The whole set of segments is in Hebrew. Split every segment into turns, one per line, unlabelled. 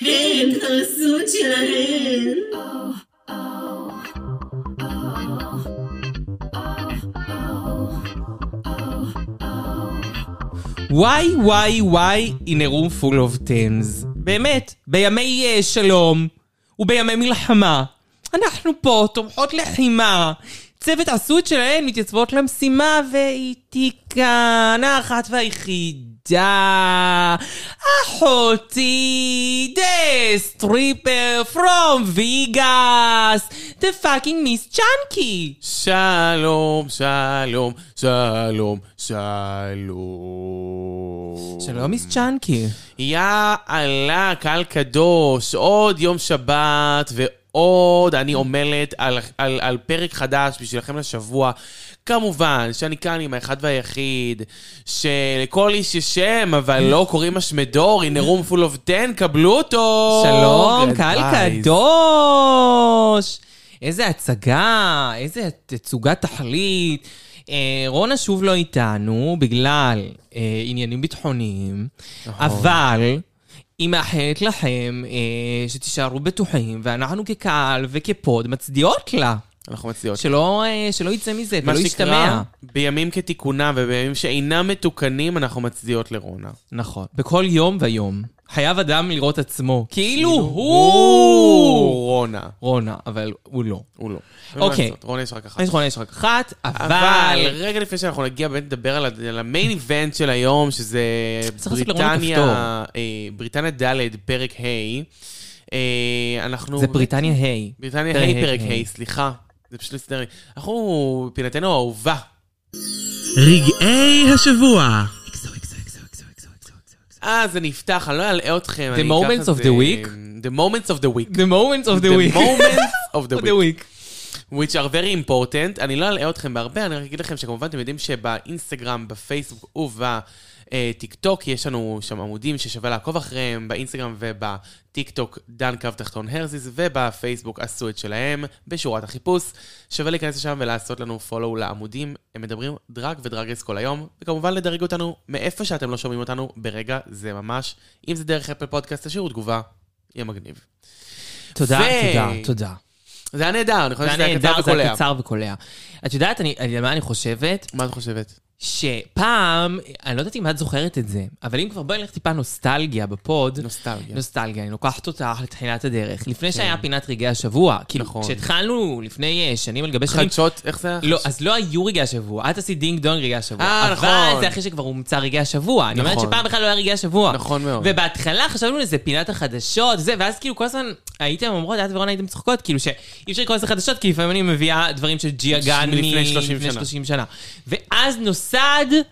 הם הזוג שלהם.
וואי וואי וואי, in a room full of thames. באמת, בימי אה, שלום ובימי מלחמה, אנחנו פה, תומכות לחימה. צוות עשו את שלהן, מתייצבות למשימה, ואיתי כאן האחת והיחידה, אחותי, דה סטריפר, פרום ויגאס, דה פאקינג מיס צ'אנקי.
שלום, שלום, שלום, שלום.
שלום מיס צ'אנקי.
יאללה, קהל קדוש, עוד יום שבת ועוד אני עמלת על, על, על פרק חדש בשבילכם לשבוע. כמובן שאני כאן עם האחד והיחיד, שלכל איש יש שם, אבל לא קוראים משמדור, הנה room full of 10, קבלו אותו!
שלום,
Good
קהל
advice.
קדוש! איזה הצגה, איזה תצוגת תכלית. אה, רונה שוב לא איתנו בגלל אה, עניינים ביטחוניים,
נכון.
אבל היא מאחלת לכם אה, שתישארו בטוחים, ואנחנו כקהל וכפוד מצדיעות לה.
אנחנו מצדיעות.
שלא, אה, שלא יצא מזה,
אוקיי. מה
ולא
שנקרא,
ישתמע.
בימים כתיקונם ובימים שאינם מתוקנים, אנחנו מצדיעות לרונה.
נכון. בכל יום ויום חייב אדם לראות עצמו, כאילו הוא
הוא רונה.
רונה, אבל הוא לא.
הוא לא.
אוקיי.
אין מה לעשות, רונה יש רק אחת.
יש נכון, יש רק אחת,
אבל
אבל...
רגע לפני שאנחנו נגיע באמת לדבר על ה- על המיין איבנט של היום, שזה
צריך לעשות לרונה
בריטניה,
כפתור.
אה, בריטניה ד', פרק ה', אה, אנחנו...
זה בריטניה היי.
בריטניה
פרק
ה',
ה',
פרק
ה'.
ה', סליחה. זה פשוט הסתדר לי. אנחנו, פינתנו האהובה.
רגעי השבוע.
אה, זה נפתח, אני לא אלאה אתכם.
The
אני אקח
moments
את
of
זה-
the week?
The moments of the week.
The moments of the week.
the moments of the
of
week,
the week.
which are very important. אני לא אלאה אתכם בהרבה, אני רק אגיד לכם שכמובן אתם יודעים שבאינסטגרם, בפייסבוק ובטיק טוק, יש לנו שם עמודים ששווה לעקוב אחריהם, באינסטגרם ובטיק טוק דן קו תחתון הרזיס, ובפייסבוק עשו את שלהם, בשורת החיפוש. שווה להיכנס לשם ולעשות לנו follow לעמודים. הם מדברים דרג ודרגס כל היום, וכמובן לדרג אותנו מאיפה שאתם לא שומעים אותנו ברגע זה ממש. אם זה דרך אפל פודקאסט, תשאירו תגובה, יהיה מגניב.
תודה,
ו-
תודה, תודה.
זה היה נהדר, אני חושב
זה
שזה
היה
היה קצר
נהדר, זה היה
וקולע.
קצר וקולע. את יודעת, אני- אני- על מה אני חושבת?
מה את חושבת?
שפעם, אני לא יודעת אם את זוכרת את זה, אבל אם כבר בואי נלך טיפה נוסטלגיה בפוד.
נוסטלגיה. כן.
נוסטלגיה, אני לוקחת אותך לתחילת הדרך. לפני שהיה פינת רגעי השבוע, כאילו,
נכון.
כשהתחלנו לפני אה, שנים על גבי שנים,
חדשות, איך זה היה?
לא, אז לא היו רגעי השבוע, את עשית דינג דונג רגעי השבוע.
אה,
אבל
נכון.
זה אחרי שכבר הומצא רגעי השבוע. אני אומרת
נכון.
שפעם בכלל לא היה רגעי השבוע.
נכון מאוד.
ובהתחלה חשבנו לזה פינת החדשות, זה, ואז כאילו כל הזמן הייתם אומרות, את ורונה הייתם צוחקות, כאילו שאי אפשר לקרוא לזה חדשות, כי לפעמים אני מביאה דברים של ג'יה גן
מלפני 30
מלפני
שנה.
30 שנה. ואז נוסד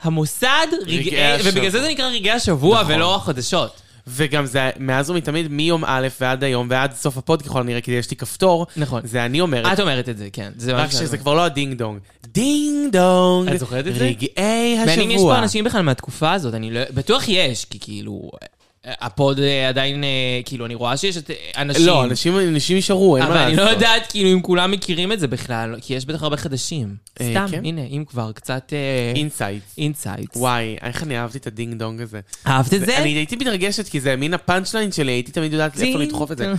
המוסד, רגעי,
רגעי השבוע.
ובגלל זה זה נקרא רגעי השבוע
נכון.
ולא החדשות.
וגם זה, מאז ומתמיד, מיום א' ועד היום ועד סוף הפוד ככל הנראה, כי יש לי כפתור.
נכון.
זה אני אומרת.
את אומרת את זה, כן. זה
רק
ממש
שזה
נכון.
כבר לא הדינג דונג. דינג דונג.
את זוכרת את זה?
רגעי השבוע.
מעניין אם יש פה אנשים בכלל מהתקופה הזאת, אני לא... בטוח יש, כי כאילו... הפוד אה, עדיין, אה, כאילו, אני רואה שיש את אה, אנשים.
לא, אנשים אנשים נשארו, אין מה
אבל
לעשות.
אני לא יודעת, כאילו, אם כולם מכירים את זה בכלל, כי יש בטח הרבה חדשים.
אה,
סתם,
כן.
הנה, אם כבר, קצת אה,
אינסייטס.
אינסייטס.
וואי, איך אני אהבתי את הדינג דונג הזה.
אהבת את זה?
אני הייתי מתרגשת, כי זה מין הפאנצ' ליין שלי, הייתי תמיד יודעת
דינג.
איפה לדחוף את זה.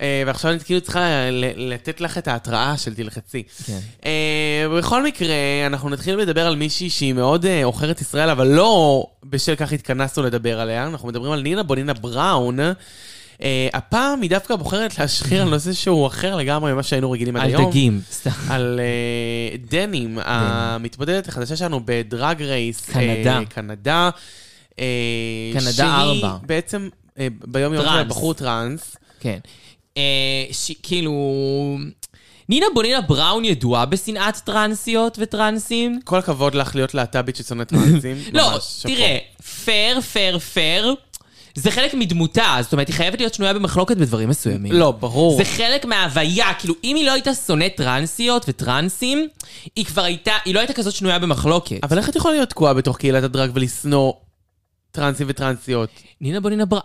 אה, ועכשיו אני כאילו צריכה ל- לתת לך את ההתראה של תלחצי.
כן.
אה, בכל מקרה, אנחנו נתחיל לדבר על מישהי שהיא מאוד אה, עוכרת ישראל, אבל לא בשל כך התכנסנו לדבר עליה. אנחנו מדברים על נינה בונינה בראון. אה, הפעם היא דווקא בוחרת להשחיר על נושא שהוא אחר לגמרי ממה שהיינו רגילים עד
על
היום.
דגים. סתם.
על אה, דנים, המתמודדת החדשה שלנו בדרג רייס.
קנדה.
אה, קנדה. אה,
קנדה
שהיא
ארבע.
בעצם אה, ביום יום
טרנס.
שלה בחור טראנס.
כן. אה, ש- כאילו... נינה בונינה בראון ידועה בשנאת טרנסיות וטרנסים?
כל הכבוד לך להיות להט"בית ששונאת טרנסים.
לא,
ממש,
תראה,
שאפו.
פייר, פייר, פייר, זה חלק מדמותה, זאת אומרת, היא חייבת להיות שנויה במחלוקת בדברים מסוימים.
לא, ברור.
זה חלק מההוויה, כאילו, אם היא לא הייתה שונאת טרנסיות וטרנסים, היא כבר הייתה, היא לא הייתה כזאת שנויה במחלוקת. אבל...
אבל איך את יכולה להיות תקועה בתוך קהילת הדרג ולשנוא טרנסים וטרנסיות?
נינה בונינה בראון,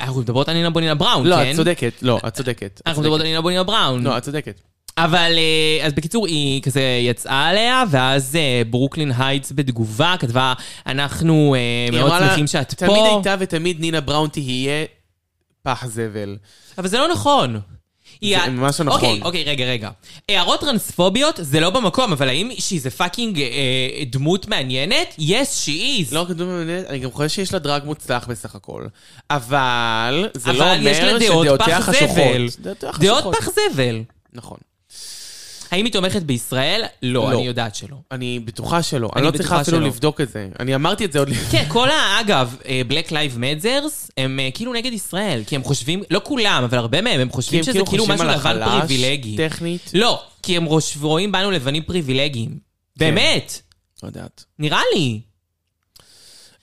אנחנו מדברות על נינה בונינה בראון,
לא,
כן?
את צודקת. לא, את צודקת. את
אנחנו
צודקת.
מדברות על נינה בונינה בראון.
לא, את צודקת.
אבל אה, אז בקיצור, היא כזה יצאה עליה, ואז אה, ברוקלין הייטס בתגובה כתבה, אנחנו אה,
היא
מאוד
אמרה לה,
שמחים שאת פה.
תמיד הייתה ותמיד נינה בראון תהיה פח זבל.
אבל זה לא נכון. היא ה-
ממש לא נכון.
אוקיי, אוקיי, רגע, רגע. הערות טרנספוביות זה לא במקום, אבל האם שהיא זה פאקינג אה, דמות מעניינת? יס, she is.
לא רק דמות מעניינת, אני גם חושב שיש לה דרג מוצלח בסך הכל. אבל זה
אבל
לא
יש לה
אומר
דעות
שדעותיה
פח
חשוכות.
זבל.
דעותיה
דעות
חשוכות.
פח זבל.
נכון.
האם היא תומכת בישראל? לא,
לא.
אני יודעת שלא.
אני בטוחה שלא. אני
אני
לא
בטוחה
צריכה אפילו
שלא.
לבדוק את זה. אני אמרתי את זה עוד לפני.
כן, כל ה... אגב, אה, Black Lives Matters, הם אה, כאילו נגד ישראל, כי הם חושבים, לא כולם, אבל הרבה מהם, הם
כי
חושבים
הם
שזה כאילו
חושבים
משהו
על
לבן
החלש,
פריבילגי.
טכנית.
לא, כי הם רוש- רואים בנו לבנים פריבילגיים. באמת,
לא יודעת.
נראה לי.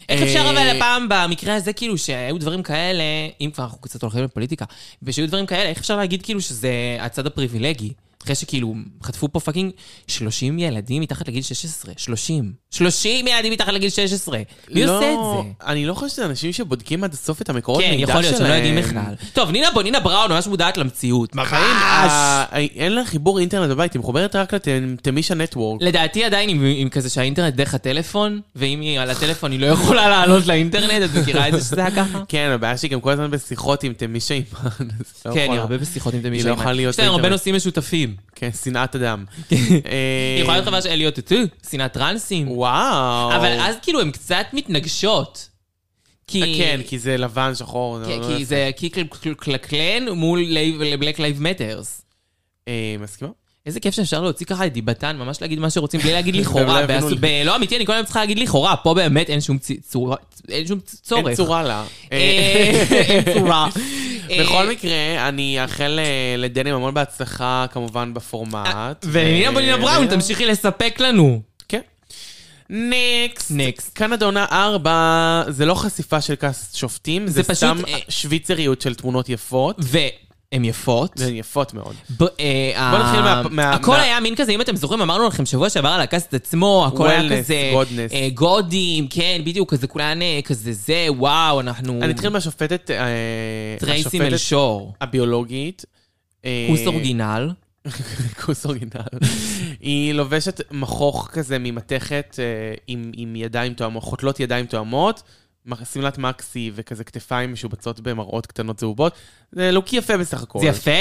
איך
אה,
אפשר אבל הפעם במקרה הזה, כאילו, שהיו דברים כאלה, אם כבר אנחנו קצת הולכים לפוליטיקה, ושהיו דברים כאלה, איך אפשר להגיד כאילו שזה הצד הפריבילגי? אחרי שכאילו חטפו פה פאקינג 30 ילדים מתחת לגיל 16. 30. 30 ילדים מתחת לגיל 16. מי
לא,
עושה את זה?
אני לא חושב שזה אנשים שבודקים עד הסוף את המקורות
כן,
מידע שלהם.
יכול להיות שהם לא יודעים בכלל. טוב, נינה בונינה בראון ממש מודעת למציאות.
בחיים, ה- אה, אין לה חיבור אינטרנט בבית, היא מחוברת רק לתמישה נטוורק.
לדעתי עדיין עם, עם כזה שהאינטרנט דרך הטלפון, ואם היא על הטלפון היא לא יכולה לעלות לאינטרנט, את מכירה את זה שזה היה ככה?
כן, הבעיה שהיא גם כל הזמן בשיחות עם תמישה אימן. אז לא
כן,
יכולה.
היא הרבה בשיחות עם
היא
תמישה.
לא יכולה להיות
יש להם הרבה
באינטרנט.
נושאים משותפים.
כן, שנאת אדם. אה.
היא יכולה להיות חברה של אליוט טוטו, שנאת טרנסים.
וואו.
אבל אז כאילו הן קצת מתנגשות. כי...
כן, כי זה לבן, שחור.
כי-
לא-
כן, כי זה קלקלן מול בלק לייב מטרס.
אה, מסכימה?
איזה כיף שאפשר להוציא ככה את דיבתן, ממש להגיד מה שרוצים, בלי להגיד
והם לא
לכאורה.
הבינו
בעש-
לי.
ב- לא אמיתי, אני כל הזמן צריכה להגיד לכאורה, פה באמת אין שום צי- צורה- אין שום צ- צורך.
אין צורה לה.
אוקיי. אה, אין צורה.
בכל מקרה, אני אאחל אה, לדני ממון בהצלחה, כמובן, בפורמט.
אה,
אה,
ונינה בולינה בראון, תמשיכי לספק לנו.
כן. נקסט.
Next.
קנדה עונה 4, זה לא חשיפה של כס שופטים, זה,
פשוט,
סתם
אה,
שוויצריות של תמונות יפות.
והן יפות.
זה יפות מאוד.
ב- אה,
בוא נתחיל מה-
ה-
מה-
הכל
מה-
היה מין כזה, אם אתם זוכרים, אמרנו לכם שבוע שעבר על הקאסט עצמו, הכל היה
Wellness,
כזה...
godness.
אה, גודים, כן, בדיוק, כזה כולן אה, כזה זה, וואו, אנחנו...
אני אתחיל מהשופטת, אה,
טרייסי
השופטת
מלשור.
הביולוגית. אה,
כוס אורגינל.
כוס אורגינל. היא לובשת מכוך כזה ממתכת אה, עם, עם ידיים תואמות, חותלות ידיים תואמות, מח- שמלת מקסי וכזה כתפיים משובצות במראות קטנות צהובות. זה לוק יפה בסך הכל.
זה יפה.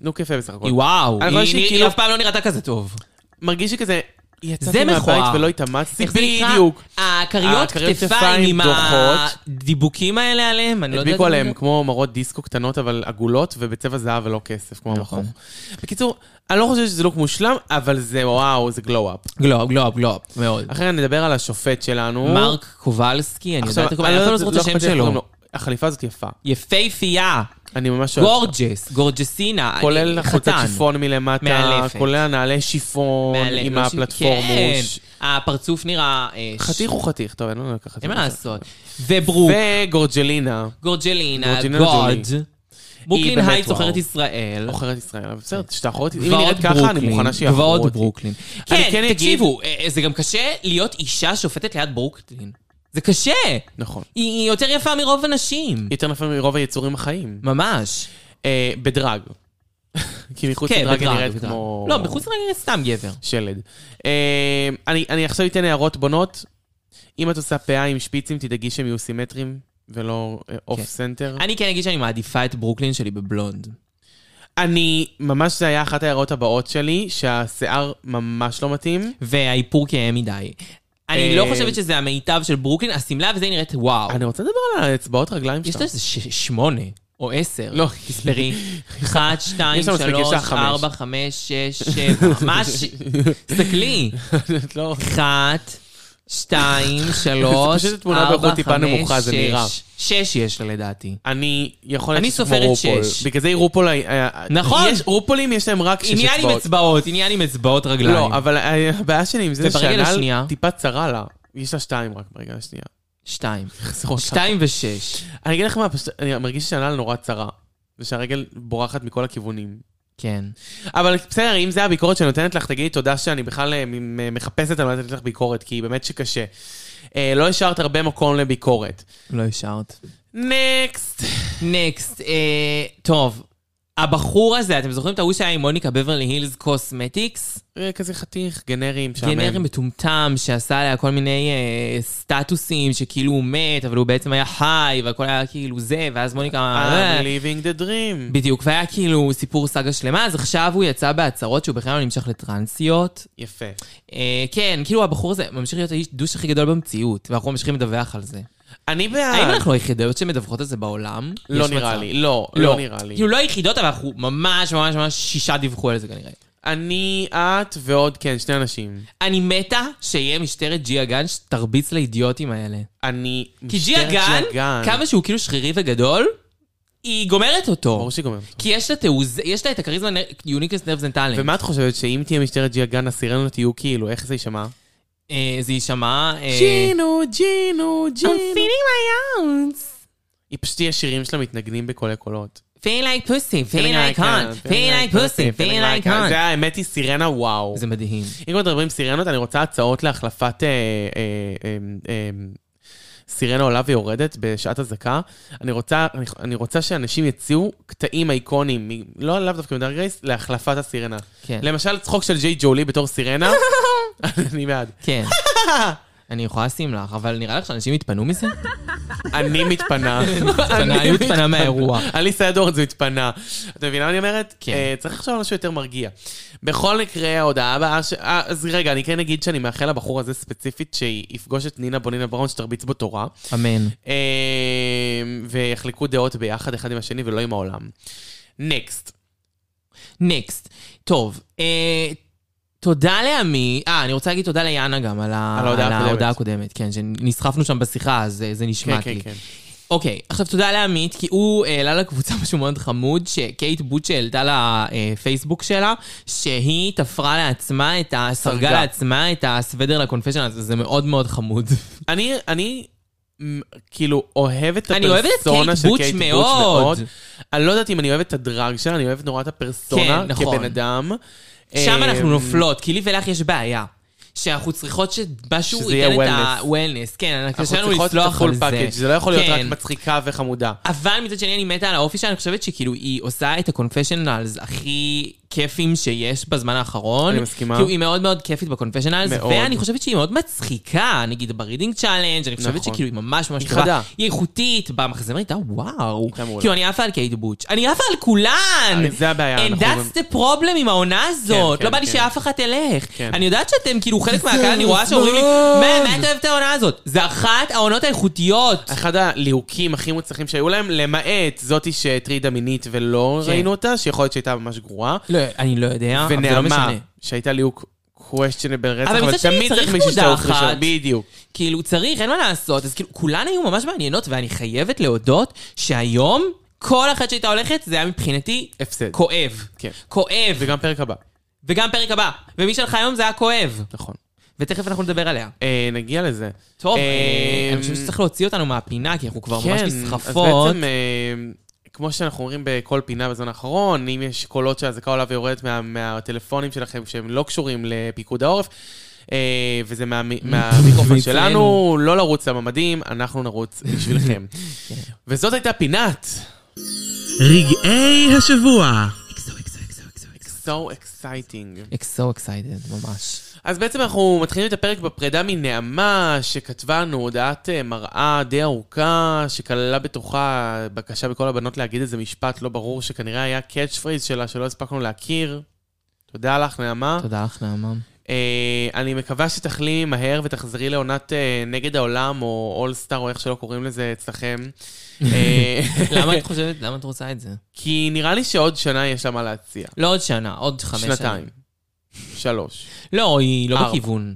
לוק יפה בסך הכל.
היא וואו.
אני
היא-
חושב שהיא
היא
כאילו-
היא אף פעם לא נראתה כזה טוב.
מרגיש שכזה,
זה
יצאתי מהבית
מכוער.
ולא התאמצתי.
איך זה נקרא?
בדיוק.
הכריות
הכריות
כתפיים עם
דוחות.
הדיבוקים האלה עליהם, אני לא יודעת...
הדביקו
מה זה.
עליהם כמו מראות דיסקו קטנות, אבל עגולות, ובצבע זהב ולא כסף, כמו
נכון.
המכוך. בקיצור, אני לא חושב שזה לוק מושלם, אבל זה וואו, זה גלו-אפ.
גלוב, גלוב, גלוב, מאוד.
אחרי נדבר על השופט שלנו.
מרק קובלסקי, אני יודעת, אני אפילו לא זוכרת את השם
אכפת לי איך קוראים
שלו.
לו. החליפה הזאת יפה.
יפהפייה,
אני ממש אוהב.
גורג'ס, גורג'סינה,
כולל
אני-
החולצת
חתן.
שיפון מלמטה,
מאלפת.
כולל הנעלי שיפון
מעלה,
עם
לא ש-
הפלטפורמוש.
כן, הפרצוף נראה... אה, ש-
חתיך הוא חתיך, טוב, אין לנו לקחת.
אין מה
את זה.
לעשות. וברוק,
וגורג'לינה,
גורג'לינה,
גורג'לינה
גוד.
ג'ולי.
ברוקלין
באמת
הייט
וואו.
זוכרת ישראל.
עוכרת ישראל. אבל בסדר, שתאחרות, אם היא
גבעות
נראית ככה, אני
ברוקלין,
מוכנה שיאחרו אותי.
גבעות ברוקלין.
אני
כן,
כן אגיד-
תקשיבו, אה, זה גם קשה להיות אישה שופטת ליד ברוקלין. זה קשה!
נכון.
היא- היא יותר יפה מרוב הנשים.
יותר נפה מרוב היצורים החיים.
ממש.
אה, בדרג. כי מחוץ
כן,
לדרג היא
בדרג,
נראית
בדרג.
כמו...
לא, בחוץ לדרג נראית סתם גבר.
שלד. אה, אני אני עכשיו אתן הערות בונות. אם את עושה פאה עם שפיצים, תדאגי שהם יהיו סימטריים ולא אה, אוף
כן.
סנטר.
אני כן אגיד שאני מעדיפה את ברוקלין שלי בבלונד.
אני, ממש זה היה אחת ההערות הבאות שלי, שהשיער ממש לא מתאים.
והאיפור כהה מדי.
אה,
אני לא חושבת שזה המיטב של ברוקלין, השמלה וזה נראית וואו.
אני רוצה לדבר על האצבעות רגליים
יש
שלך.
לה איזה ש- שמונה או עשר.
לא.
תספרי. אחת, שתיים,
יש לה מספיק, יש לה
שלוש,
חמש.
ארבע, חמש, שש, שבע. ממש, תסתכלי.
את לא-
אחת, שתיים, שלוש,
פשוט תמונה
ארבע,
באיכות טיפה נמוכה,
חמש,
זה נראה.
שש. שש יש לה לדעתי.
אני יכול להיות
אני
שזה כמו
סופרת
רופול.
שש.
בגלל זה היא רופול... אה, אה,
נכון.
יש רופולים, יש להם רק שש אצבעות.
עניין עם אצבעות, עניין עם אצבעות רגליים.
לא, אבל הבעיה שלי עם זה
וברגל
שהנעל
השנייה?
טיפה צרה לה. יש לה שתיים רק ברגל השנייה.
שתיים.
חסרות לה.
שתיים ושש.
אני אגיד לך מה, פשוט, אני מרגיש שהנעל נורא צרה. ושהרגל בורחת מכל הכיוונים.
כן.
אבל בסדר, אם זה הביקורת שנותנת לך, תגידי תודה שאני בכלל אה, מ- מ- מחפשת על מה לתת לך ביקורת, כי באמת שקשה. אה, לא השארת הרבה מקום לביקורת.
לא השארת.
נקסט.
נקסט, אה, טוב. הבחור הזה, אתם זוכרים את ההוא שהיה עם מוניקה בברלי הילס קוסמטיקס?
אה, כזה חתיך, גנרים, משעמם.
גנר מטומטם שעשה עליה כל מיני אה, סטטוסים שכאילו הוא מת, אבל הוא בעצם היה חי, והכל היה כאילו זה, ואז מוניקה... אה,
I'm living the dream.
בדיוק, והיה כאילו סיפור סאגה שלמה, אז עכשיו הוא יצא בהצהרות שהוא בכלל לא נמשך לטרנסיות.
יפה.
אה, כן, כאילו הבחור הזה ממשיך להיות האיש דוש הכי גדול במציאות, ואנחנו ממשיכים לדווח על זה.
אני בעד.
האם אנחנו היחידות שמדווחות על זה בעולם?
אה. לא
יש
נראה
מצב.
לי, לא, לא נראה לי.
כאילו לא היחידות, אבל אנחנו ממש ממש ממש שישה דיווחו על זה כנראה.
אני, את ועוד, כן, שני אנשים.
אני מתה שיהיה משטרת ג'יה גן שתרביץ לאידיוטים האלה.
אני...
כי
משטרת
ג'יה גן, כמה שהוא כאילו שרירי וגדול, היא גומרת אותו.
ברור שהיא גומרת אותו.
כי יש לה תעוז, יש לה את הכריזמה יוניקס נרבס אנד טאלנט.
ומה את חושבת, שאם תהיה משטרת ג'יה גן, הסירנות יהיו כאילו, איך זה יישמע?
זה יישמע... אה,
ג'ינו, ג'ינו,
I'm
ג'ינו.
feeling my ounce.
היא פשוט תהיה שירים שלה מתנגנים בקולי קולות.
Feeling like pussy, feeling like cunt, feeling like pussy, feeling like
זה
cunt.
האמת היא סירנה וואו.
זה מדהים.
אם כבר מדברים סירנות, אני רוצה הצעות להחלפת אה, אה, אה, אה, סירנה עולה ויורדת בשעת אזעקה. אני רוצה, אני, אני רוצה שאנשים יציעו קטעים אייקונים, מ- לא לאו דווקא מדרג רייס, להחלפת הסירנה.
כן.
למשל, צחוק של ג'יי ג'ולי בתור סירנה, אני בעד.
כן. אני יכולה לשים לך, אבל נראה לך שאנשים יתפנו מזה?
אני מתפנה.
התפנה, אני מתפנה מהאירוע.
אליסה אדורנס מתפנה. את מבינה מה אני אומרת?
כן.
אה, צריך לחשוב על משהו יותר מרגיע. בכל מקרה, ההודעה הבאה ש... אה, אז רגע, אני כן אגיד שאני מאחל לבחור הזה ספציפית שיפגוש את נינה בונינה בראון שתרביץ בו תורה,
אמן.
אה, ויחלקו דעות ביחד אחד עם השני ולא עם העולם. נקסט.
נקסט. טוב, אה, תודה לעמי, אה, אני רוצה להגיד תודה ליאנה גם על ה-
על ההודעה
על
הקודמת.
ההודעה הקודמת, כן, שנסחפנו שם בשיחה, אז אה, זה
כן,
נשמט
כן,
לי.
כן.
אוקיי, עכשיו תודה לעמית, כי הוא העלה לקבוצה משהו מאוד חמוד, שקייט בוטש העלתה לפייסבוק שלה, שהיא תפרה לעצמה את ה... סרגה
סרגה.
לעצמה את הסוודר לקונפשיון, אז זה מאוד מאוד חמוד.
אני, אני... מ, כאילו, אוהב את
אני אוהבת את
הפרסונה
קייט
של
בוטש
קייט בוטש
מאוד.
מאוד. אני לא יודעת אם אני אוהבת את הדרג שלה, אני אוהבת נורא את הפרסונה
כן, נכון.
כבן אדם.
שם אנחנו
אה,
נופלות, כי לי ולך יש בעיה. שאנחנו צריכות שמשהו
שזה יהיה
ייתן את
wellness.
ה-wellness, כן, אנחנו
אנחנו
קשה לנו
צריכות את
לסלוח על
הפול
זה.
פאקג', זה לא יכול להיות רק
כן.
מצחיקה וחמודה.
אבל מצד שני, אני מתה על האופי שלה, אני חושבת שכאילו היא עושה את הקונפשיונלס הכי כיפים שיש בזמן האחרון.
אני מסכימה.
כאילו היא מאוד מאוד כיפית בקונפשיונלס,
מאוד.
ואני חושבת שהיא מאוד מצחיקה, נגיד ברידינג צ'אלנג', אני חושבת
נכון.
שכאילו היא ממש ממש
היא
טובה.
חדה.
היא איכותית, במחזמר הייתה וואו.
הייתה מעולה.
כאילו אני עפה על קייט בוטש, אני עפה על כולן!
אה, זה הבעיה,
And
אנחנו
that's the problem עם העונה הזאת.
כן,
לא בא לי
כן.
שאף אחת תלך.
כן.
אני יודעת שאתם כאילו חלק מהקהל, אני רואה שאומרים לי,
מאוד.
מה, מה אתה אוהב את העונה הזאת? זה אחת העונות האיכותיות.
אחד הליהוקים הכי מוצלחים שהיו להם, למעט זאתי שהטרידה מינית ולא
כן.
ראינו אותה, שיכול להיות שהייתה ממש גרועה,
לא, אני לא יודע, אבל זה לא
ונעמה,
משנה.
שהייתה ליהוק questionable רצח,
אבל
אבל
מצד שני
תמיד
צריך
צריך מישהו
מודעה
שתעוף
אחת.
ראשון, בדיוק.
כאילו, צריך, אין מה לעשות. אז כאילו, כולן היו ממש מעניינות, ואני חייבת להודות שהיום, כל אחת שהייתה הולכת, זה היה מבחינתי
הפסד.
כואב.
כן.
כואב.
וגם פרק הבא,
וגם פרק הבא. ומי שהלכה היום זה היה כואב.
נכון.
ותכף אנחנו נדבר עליה.
אה, נגיע לזה.
טוב,
אה,
אה, אני חושב שצריך להוציא אותנו מהפינה, כי אנחנו כבר ממש
כן, אז
נסחפות.
בעצם, אה, כמו שאנחנו אומרים בכל פינה בזמן האחרון, אם יש קולות שהאזעקה עולה ויורדת מה, מהטלפונים שלכם שהם לא קשורים לפיקוד העורף, אה, וזה מה, מהמיקרופון שלנו,
מצלנו.
לא לרוץ לממדים, אנחנו נרוץ בשבילכם.
כן.
וזאת הייתה פינת.
רגעי השבוע.
So exciting.
It's so excited, ממש.
אז בעצם אנחנו מתחילים את הפרק בפרידה מנעמה, שכתבה לנו הודעת אה, מראה די ארוכה, שכללה בתוכה בקשה מכל הבנות להגיד איזה משפט לא ברור, שכנראה היה קאץ' פרייז שלה שלא הספקנו להכיר. תודה לך, נעמה.
תודה לך, נעמה.
אה, אני מקווה שתחלימי מהר ותחזרי לעונת אה, נגד העולם, או אולסטאר, או איך שלא קוראים לזה אצלכם. אה,
למה את חושבת, למה את רוצה את זה?
כי נראה לי שעוד שנה יש לה מה להציע.
לא עוד שנה, עוד חמש שנים.
שנתיים. אה, שלוש.
לא, היא לא
ארבע.
בכיוון.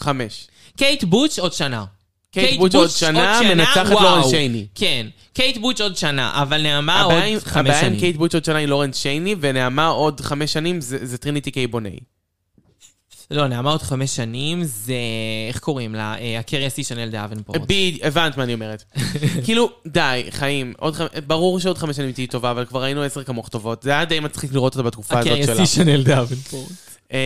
חמש.
קייט בוטש עוד שנה.
קייט בוטש עוד שנה, מנצחת
וואו.
לורן שייני.
כן, קייט בוטש עוד שנה, אבל נעמה עוד
הבעיה עם-
חמש
הבעיה עם
שנים.
קייט בוטש עוד שנה היא לורנס שייני, ונעמה עוד חמש שנים זה זה טריניטי קיי בוני.
לא, נעמה עוד חמש שנים זה... איך קוראים לה? אה, הקרייסי שנל דאבנפורט.
ב- הבנת מה אני אומרת. כאילו, די, חיים. עוד חמ- ברור שעוד חמש שנים תהיי טובה, אבל כבר ראינו עשר כמוך טובות. זה היה די מצחיק לראות אותה בתקופה
אוקיי,
הזאת שלה.
הקרייסי שנל דאבנפורט.
אמ,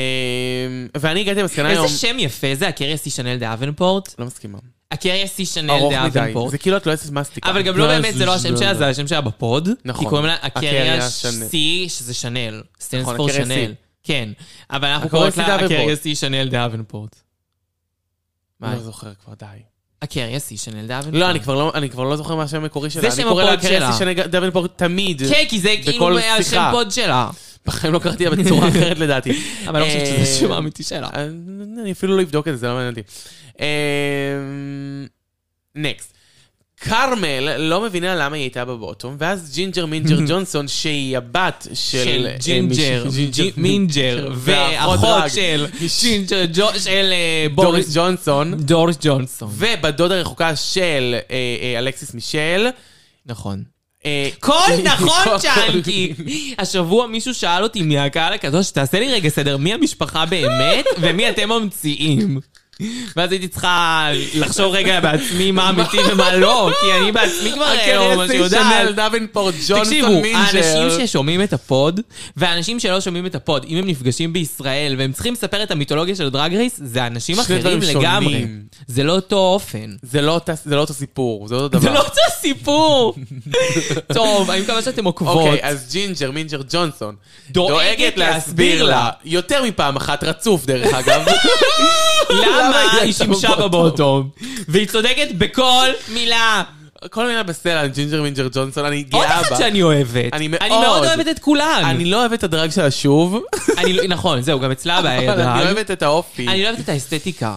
ואני הגעתי למסקנה היום...
איזה שם יפה זה, הקרייסי שנל דאבנפורט.
לא מסכימה.
הקרייסי שנאל
ארוך מדי.
דאבנפורט.
זה כאילו את לא יועצת מסטיקה.
אבל גם לא באמת, זה לא השם שלה, זה השם שלה בפוד.
נכון.
כי קוראים לה
הקריה
הקריה
שנאל.
C, שזה שנאל. סטנס
נכון,
פור
הקריה
שנאל.
C.
כן. אבל אנחנו
הקורא
קוראות
C
לה הקריה
דאבנפורט.
C שנאל דאבנפורט. מה?
לא זוכר כבר, די.
הקריה C שנאל דאבנפורט.
לא, אני כבר לא, אני כבר לא זוכר מה השם המקורי שלה.
שם
אני קורא לה
הפוד שלה.
קרסי שנגע דבנפורט תמיד.
כן, כי זה כאילו
בכל
השם
שיחה.
פוד שלה.
בחיים לא קראתי לה בצורה אחרת לדעתי.
אבל אני לא חושבת
אה,
שזה השם האמיתי שלה.
אה, אני אפילו לא אבדוק את זה, זה לא מעניין אותי. נקסט. כרמל לא מבינה למה היא הייתה בבוטום, ואז ג'ינג'ר מינג'ר ג'ונסון, שהיא הבת של...
של
אה,
ג'ינג'ר,
מיש-
ג'י- מינג'ר,
והאחות
ואחות
דרג.
של ג'ינג'ר, ג'ו- של אה,
דוריס
בוריס
ג'ונסון,
דוריס ג'ונסון.
ובדודה הרחוקה של אה, אה, אלכסיס מישל.
נכון.
אה,
כל נכון,
כל-
צ'אנקי. השבוע מישהו שאל אותי מהקהל הקדוש, תעשה לי רגע סדר, מי המשפחה באמת ומי אתם ממציאים? ואז הייתי צריכה לחשוב רגע בעצמי מה אמיתי ומה לא, כי אני בעצמי כבר
אוקיי,
אה, ממש
הקרסי שנל
יודעת.
דבנפורט ג'ונסון
תקשיבו, האנשים
מינג'ר.
ששומעים את הפוד, והאנשים שלא שומעים את הפוד, אם הם נפגשים בישראל והם צריכים לספר את המיתולוגיה של דרג רייס, זה אנשים
שני
אחרים
דברים
לגמרי.
שונים.
זה לא אותו אופן.
זה לא אותה- זה לא אותו סיפור, זה לא אותו
זה
דבר.
לא אותו סיפור. טוב, אני מקווה שאתם עוקבות.
אוקיי, אז ג'ינג'ר מינג'ר ג'ונסון.
דואגת
דואגת להסביר לה. יותר מפעם אחת, רצוף דרך אגב. למה
למה
היא
היא
הייתה
שימשה
בבוטום?
בבוטום? והיא צודקת בכל מילה.
כל מילה בסלע, ג'ינג'ר מינג'ר ג'ונסון, אני גאה
עוד
בה.
אחת שאני אוהבת.
אני מאוד.
אני מאוד אוהבת את כולן.
אני לא אוהב את הדרג שלה שוב,
אני לא- נכון, זהו, גם אצלה הבעיה היא
אבל אני
הדרג.
אוהבת את האופי.
אני לא אוהבת את האסתטיקה.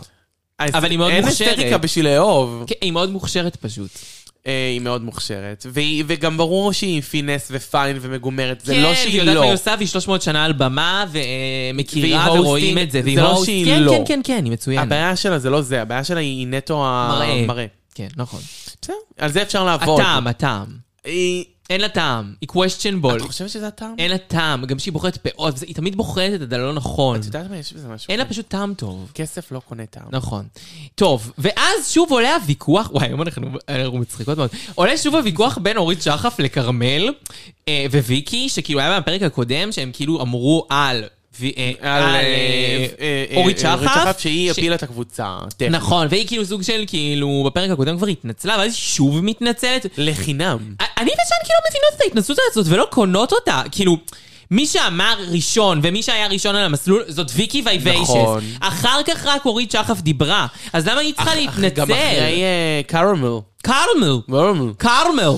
אז
אבל היא מאוד מוכשרת.
אין אסתטיקה בשביל לאהוב.
כן, היא מאוד מוכשרת פשוט.
אה, היא מאוד מוכשרת. והיא- וגם ברור שהיא עם פינס ופיין ומגומרת, זה לא
כן, היא
שהיא
יודעת מה
לא.
היא עושה, והיא 300 שנה על במה,
והיא
ומכירה
הוסטינג,
ורואים את זה.
זה
והיא
לא
הוסט-
שהיא
כן,
לא.
כן, כן, כן, היא מצוינת.
הבעיה שלה זה לא זה, הבעיה שלה היא היא נטו
מראה.
המראה.
כן, נכון.
בסדר, על זה אפשר לעבוד.
הטעם, הטעם.
היא-
אין לה טעם. היא questionable.
את חושבת שזה הטעם?
אין לה טעם. גם שהיא בוחרת פאות, וזה- היא תמיד בוחרת את הדל לא נכון.
את יודעת מה? יש בזה משהו.
אין לה פשוט טעם טוב.
כסף לא קונה טעם.
נכון. טוב, ואז שוב עולה הוויכוח, וואי, היום אנחנו, אנחנו מצחיקות מאוד. עולה שוב הוויכוח בין אורית שחף לכרמל אה, וויקי, שכאילו היה מהפרק הקודם, שהם כאילו אמרו על... ו- אה,
על אה, אה, אה,
אורית שחף,
שהיא
ש-
הפילה את הקבוצה. טכנית.
נכון, והיא כאילו סוג של כאילו, בפרק הקודם כבר התנצלה, ואז היא שוב מתנצלת.
נכון. לחינם.
אני ושן כאילו לא מבינות את ההתנסות הזאת ולא קונות אותה. כאילו, מי שאמר ראשון ומי שהיה ראשון על המסלול זאת ויקי וייביישס.
נכון.
אחר כך רק אורית שחף דיברה. אז למה היא צריכה
גם אחרי
להתנצל?
אה, קרמל.
כרמל.
קרמל.
כרמל.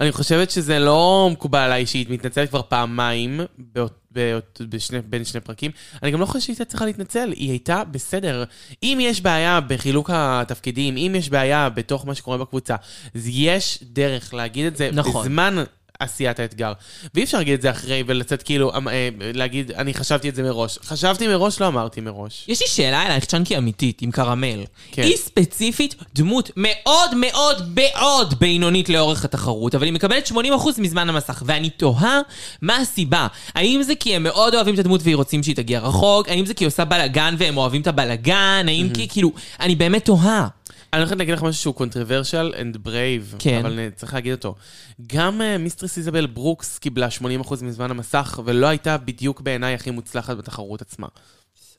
אני חושבת שזה לא מקובל עליי שהיא מתנצלת כבר פעמיים באות- באות- בשני- בין שני פרקים. אני גם לא חושבת שהיא הייתה צריכה להתנצל, היא הייתה בסדר. אם יש בעיה בחילוק התפקידים, אם יש בעיה בתוך מה שקורה בקבוצה, אז יש דרך להגיד את זה
נכון.
בזמן עשיית האתגר. ואי אפשר להגיד את זה אחרי ולצאת כאילו, אמ- אה, להגיד, אני חשבתי את זה מראש. חשבתי מראש, לא אמרתי מראש.
יש לי שאלה אלייך, צ'אנקי אמיתית, עם קרמל.
כן.
היא ספציפית דמות מאוד מאוד מאוד בינונית לאורך התחרות, אבל היא מקבלת 80% מזמן המסך, ואני תוהה מה הסיבה. האם זה כי הם מאוד אוהבים את הדמות והיא רוצים שהיא תגיע רחוק? האם זה כי היא עושה בלאגן והם אוהבים את הבלאגן? האם כי, כאילו, אני באמת תוהה.
אני הולך להגיד לך משהו שהוא controversial and brave,
כן.
אבל אה, צריך להגיד אותו. גם אה, מיסטרס איזבל ברוקס קיבלה 80% מזמן המסך, ולא הייתה בדיוק בעיניי הכי מוצלחת בתחרות עצמה.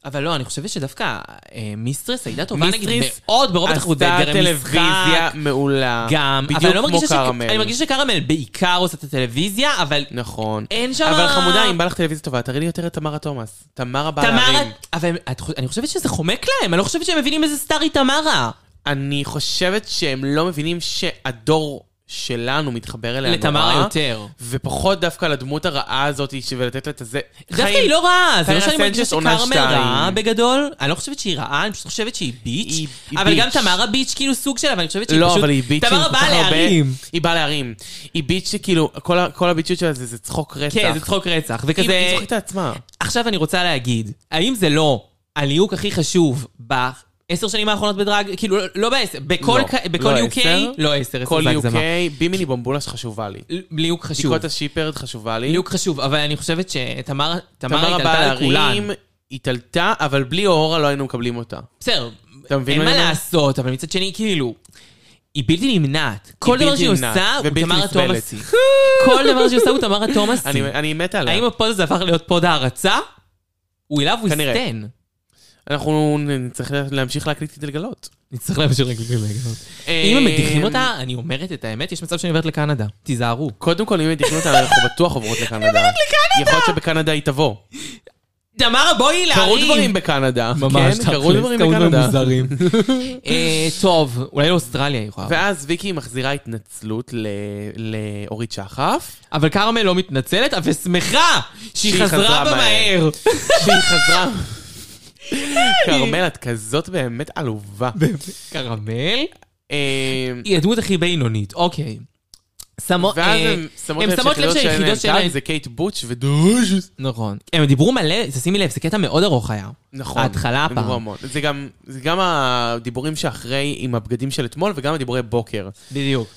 אבל לא, אני חושבת שדווקא אה, מיסטרס הייתה טובה, נגיד,
מיסטרס
מאוד ברוב התחרות,
עשתה
באתגרי משחק.
טלוויזיה מעולה.
גם, אבל
בדיוק
אני לא
כמו
מרגישה ש...
קרמל.
אני מרגישה שקרמל בעיקר עושה את הטלוויזיה, אבל
נכון.
אין שם...
אבל חמודה, אם בא לך טלוויזיה טובה, תראי לי יותר את תמרה תומאס. תמרה בעל
תמרה,
הרים.
אבל את חוש- אני חושבת שזה חומק להם, אני לא חושבת שהם מבינים איזה סטאר היא תמרה.
אני חושבת שהם לא מבינים שהדור שלנו מתחבר אליה לא, נורא.
לתמרה יותר.
ופחות דווקא לדמות הרעה הזאת, ש- ולתת לה את הזה.
דווקא
חיים,
היא לא רעה, זה לא
טיירה
שאני מרגישה
סנצ'ס עונה
שכרמל
שתיים.
רעה בגדול, אני לא חושבת שהיא רעה, אני פשוט חושבת שהיא
היא-
ביץ',
היא
אבל גם
ביץ'.
תמרה ביץ' כאילו סוג שלה, ואני חושבת שהיא
לא,
פשוט...
אבל היא ביץ' עם
תמרה
כל כך
באה
הרבה...
להרים.
היא באה להרים. היא ביץ' שכאילו, כל ה- כל הביצ'יות שלה זה זה צחוק רצח.
כן, זה צחוק רצח,
היא-
וכזה...
היא צוחקת על עצמה.
עכשיו אני רוצה להגיד, האם זה לא הליהוק הכי חשוב בעשר שנים האחרונות בדרג? כאילו, לא- לא בעשר, בכל
לא,
ק- בכל
לא
UK?
עשר.
לא עשר, עשר
כל
זה
UK,
הגזמה.
בימיני בומבולש חשובה לי.
ליהוק חשוב.
בדיקות השיפרד חשובה לי.
ליהוק חשוב, אבל אני חושבת שתמרה תמרה
תמרה
התעלתה
באה
על כולן.
להרים, התעלתה, אבל בלי אורה לא היינו מקבלים אותה.
בסדר,
אתה מבין
אין
מה
מה
אני אומר?
לעשות, אבל מצד שני, כאילו, היא בלתי נמנעת. כל דבר
בלתי
שהיא
נמנעת,
עושה הוא
ובלתי
תמרה
נסבלת.
תומאסי. כל דבר שהיא עושה הוא תמרה תומאסי.
אני- אני מתה
האם
עליה.
הפוד הזה הפך להיות פוד הערצה? הוא אליו הוא
כנראה.
סטן.
אנחנו נ- נצטרך להמשיך להקליט כדי לגלות.
נצטרך להמשיך רק לגבי מגנות.
אה,
אם הם מדיחים אותה, אני אומרת את האמת, יש מצב שאני עוברת לקנדה. תיזהרו.
קודם כל, אם ידיחנו אותה, אנחנו בטוח עוברות לקנדה. אני עוברת לקנדה! יכול להיות שבקנדה היא תבוא.
דמרה, בואי להרים!
קרו דברים בקנדה.
ממש,
כן, קרו דברים בקנדה.
מוזרים. אה, טוב, אולי לאוסטרליה היא יכולה. לבוא.
ואז ויקי מחזירה התנצלות ל- לאורית שחף,
אבל כרמל לא מתנצלת, אבל שמחה שהיא
שהיא
חזרה
חזרה
בה מהר.
שהיא חזרה... כרמל, את כזאת באמת עלובה.
כרמל?
אה,
היא הדמות הכי בינונית, אוקיי. שמו-
ואז
אה,
הם שמות
הם
לב
שמות לב
שהיחידות שאין להם
שהיחידות שלהם-
טאג זה קייט בוטש ודוז'.
נכון. הם דיברו מלא, תשימי לב, זה קטע מאוד ארוך היה.
נכון.
ההתחלה
הם דיברו
הפעם.
המון. זה גם, זה גם הדיבורים שאחרי עם הבגדים של אתמול וגם הדיבורי בוקר.
בדיוק.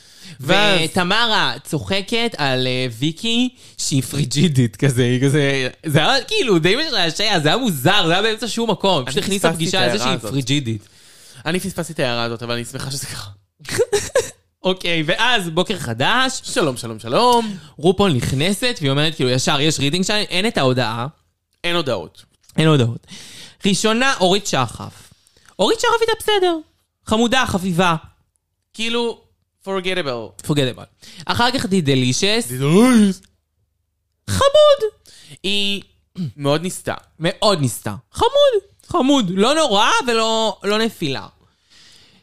ואז-
ותמרה צוחקת על אה, ויקי שהיא פריג'ידית כזה, היא כזה, זה היה כאילו די משעשע, זה היה מוזר, זה היה באמצע שום מקום, היא פשוט הכניסה
פספסתי
פגישה
את
על זה
ההערה
שהיא
הזאת.
פריג'ידית.
אני פספסתי את ההערה הזאת, אבל אני שמחה שזה קרה.
אוקיי, ואז בוקר חדש,
שלום, שלום, שלום.
רופול נכנסת והיא אומרת כאילו ישר יש רידינג שלהם, אין את ההודעה,
אין הודעות.
אין הודעות. ראשונה, אורית שחף. אורית שחף הייתה בסדר, חמודה, חביבה,
כאילו, forgettable.
forget about. it. אחר כך דידלישס,
חמוד. היא מאוד ניסתה.
מאוד ניסתה. חמוד, חמוד, לא נורא ולא לא נפילה.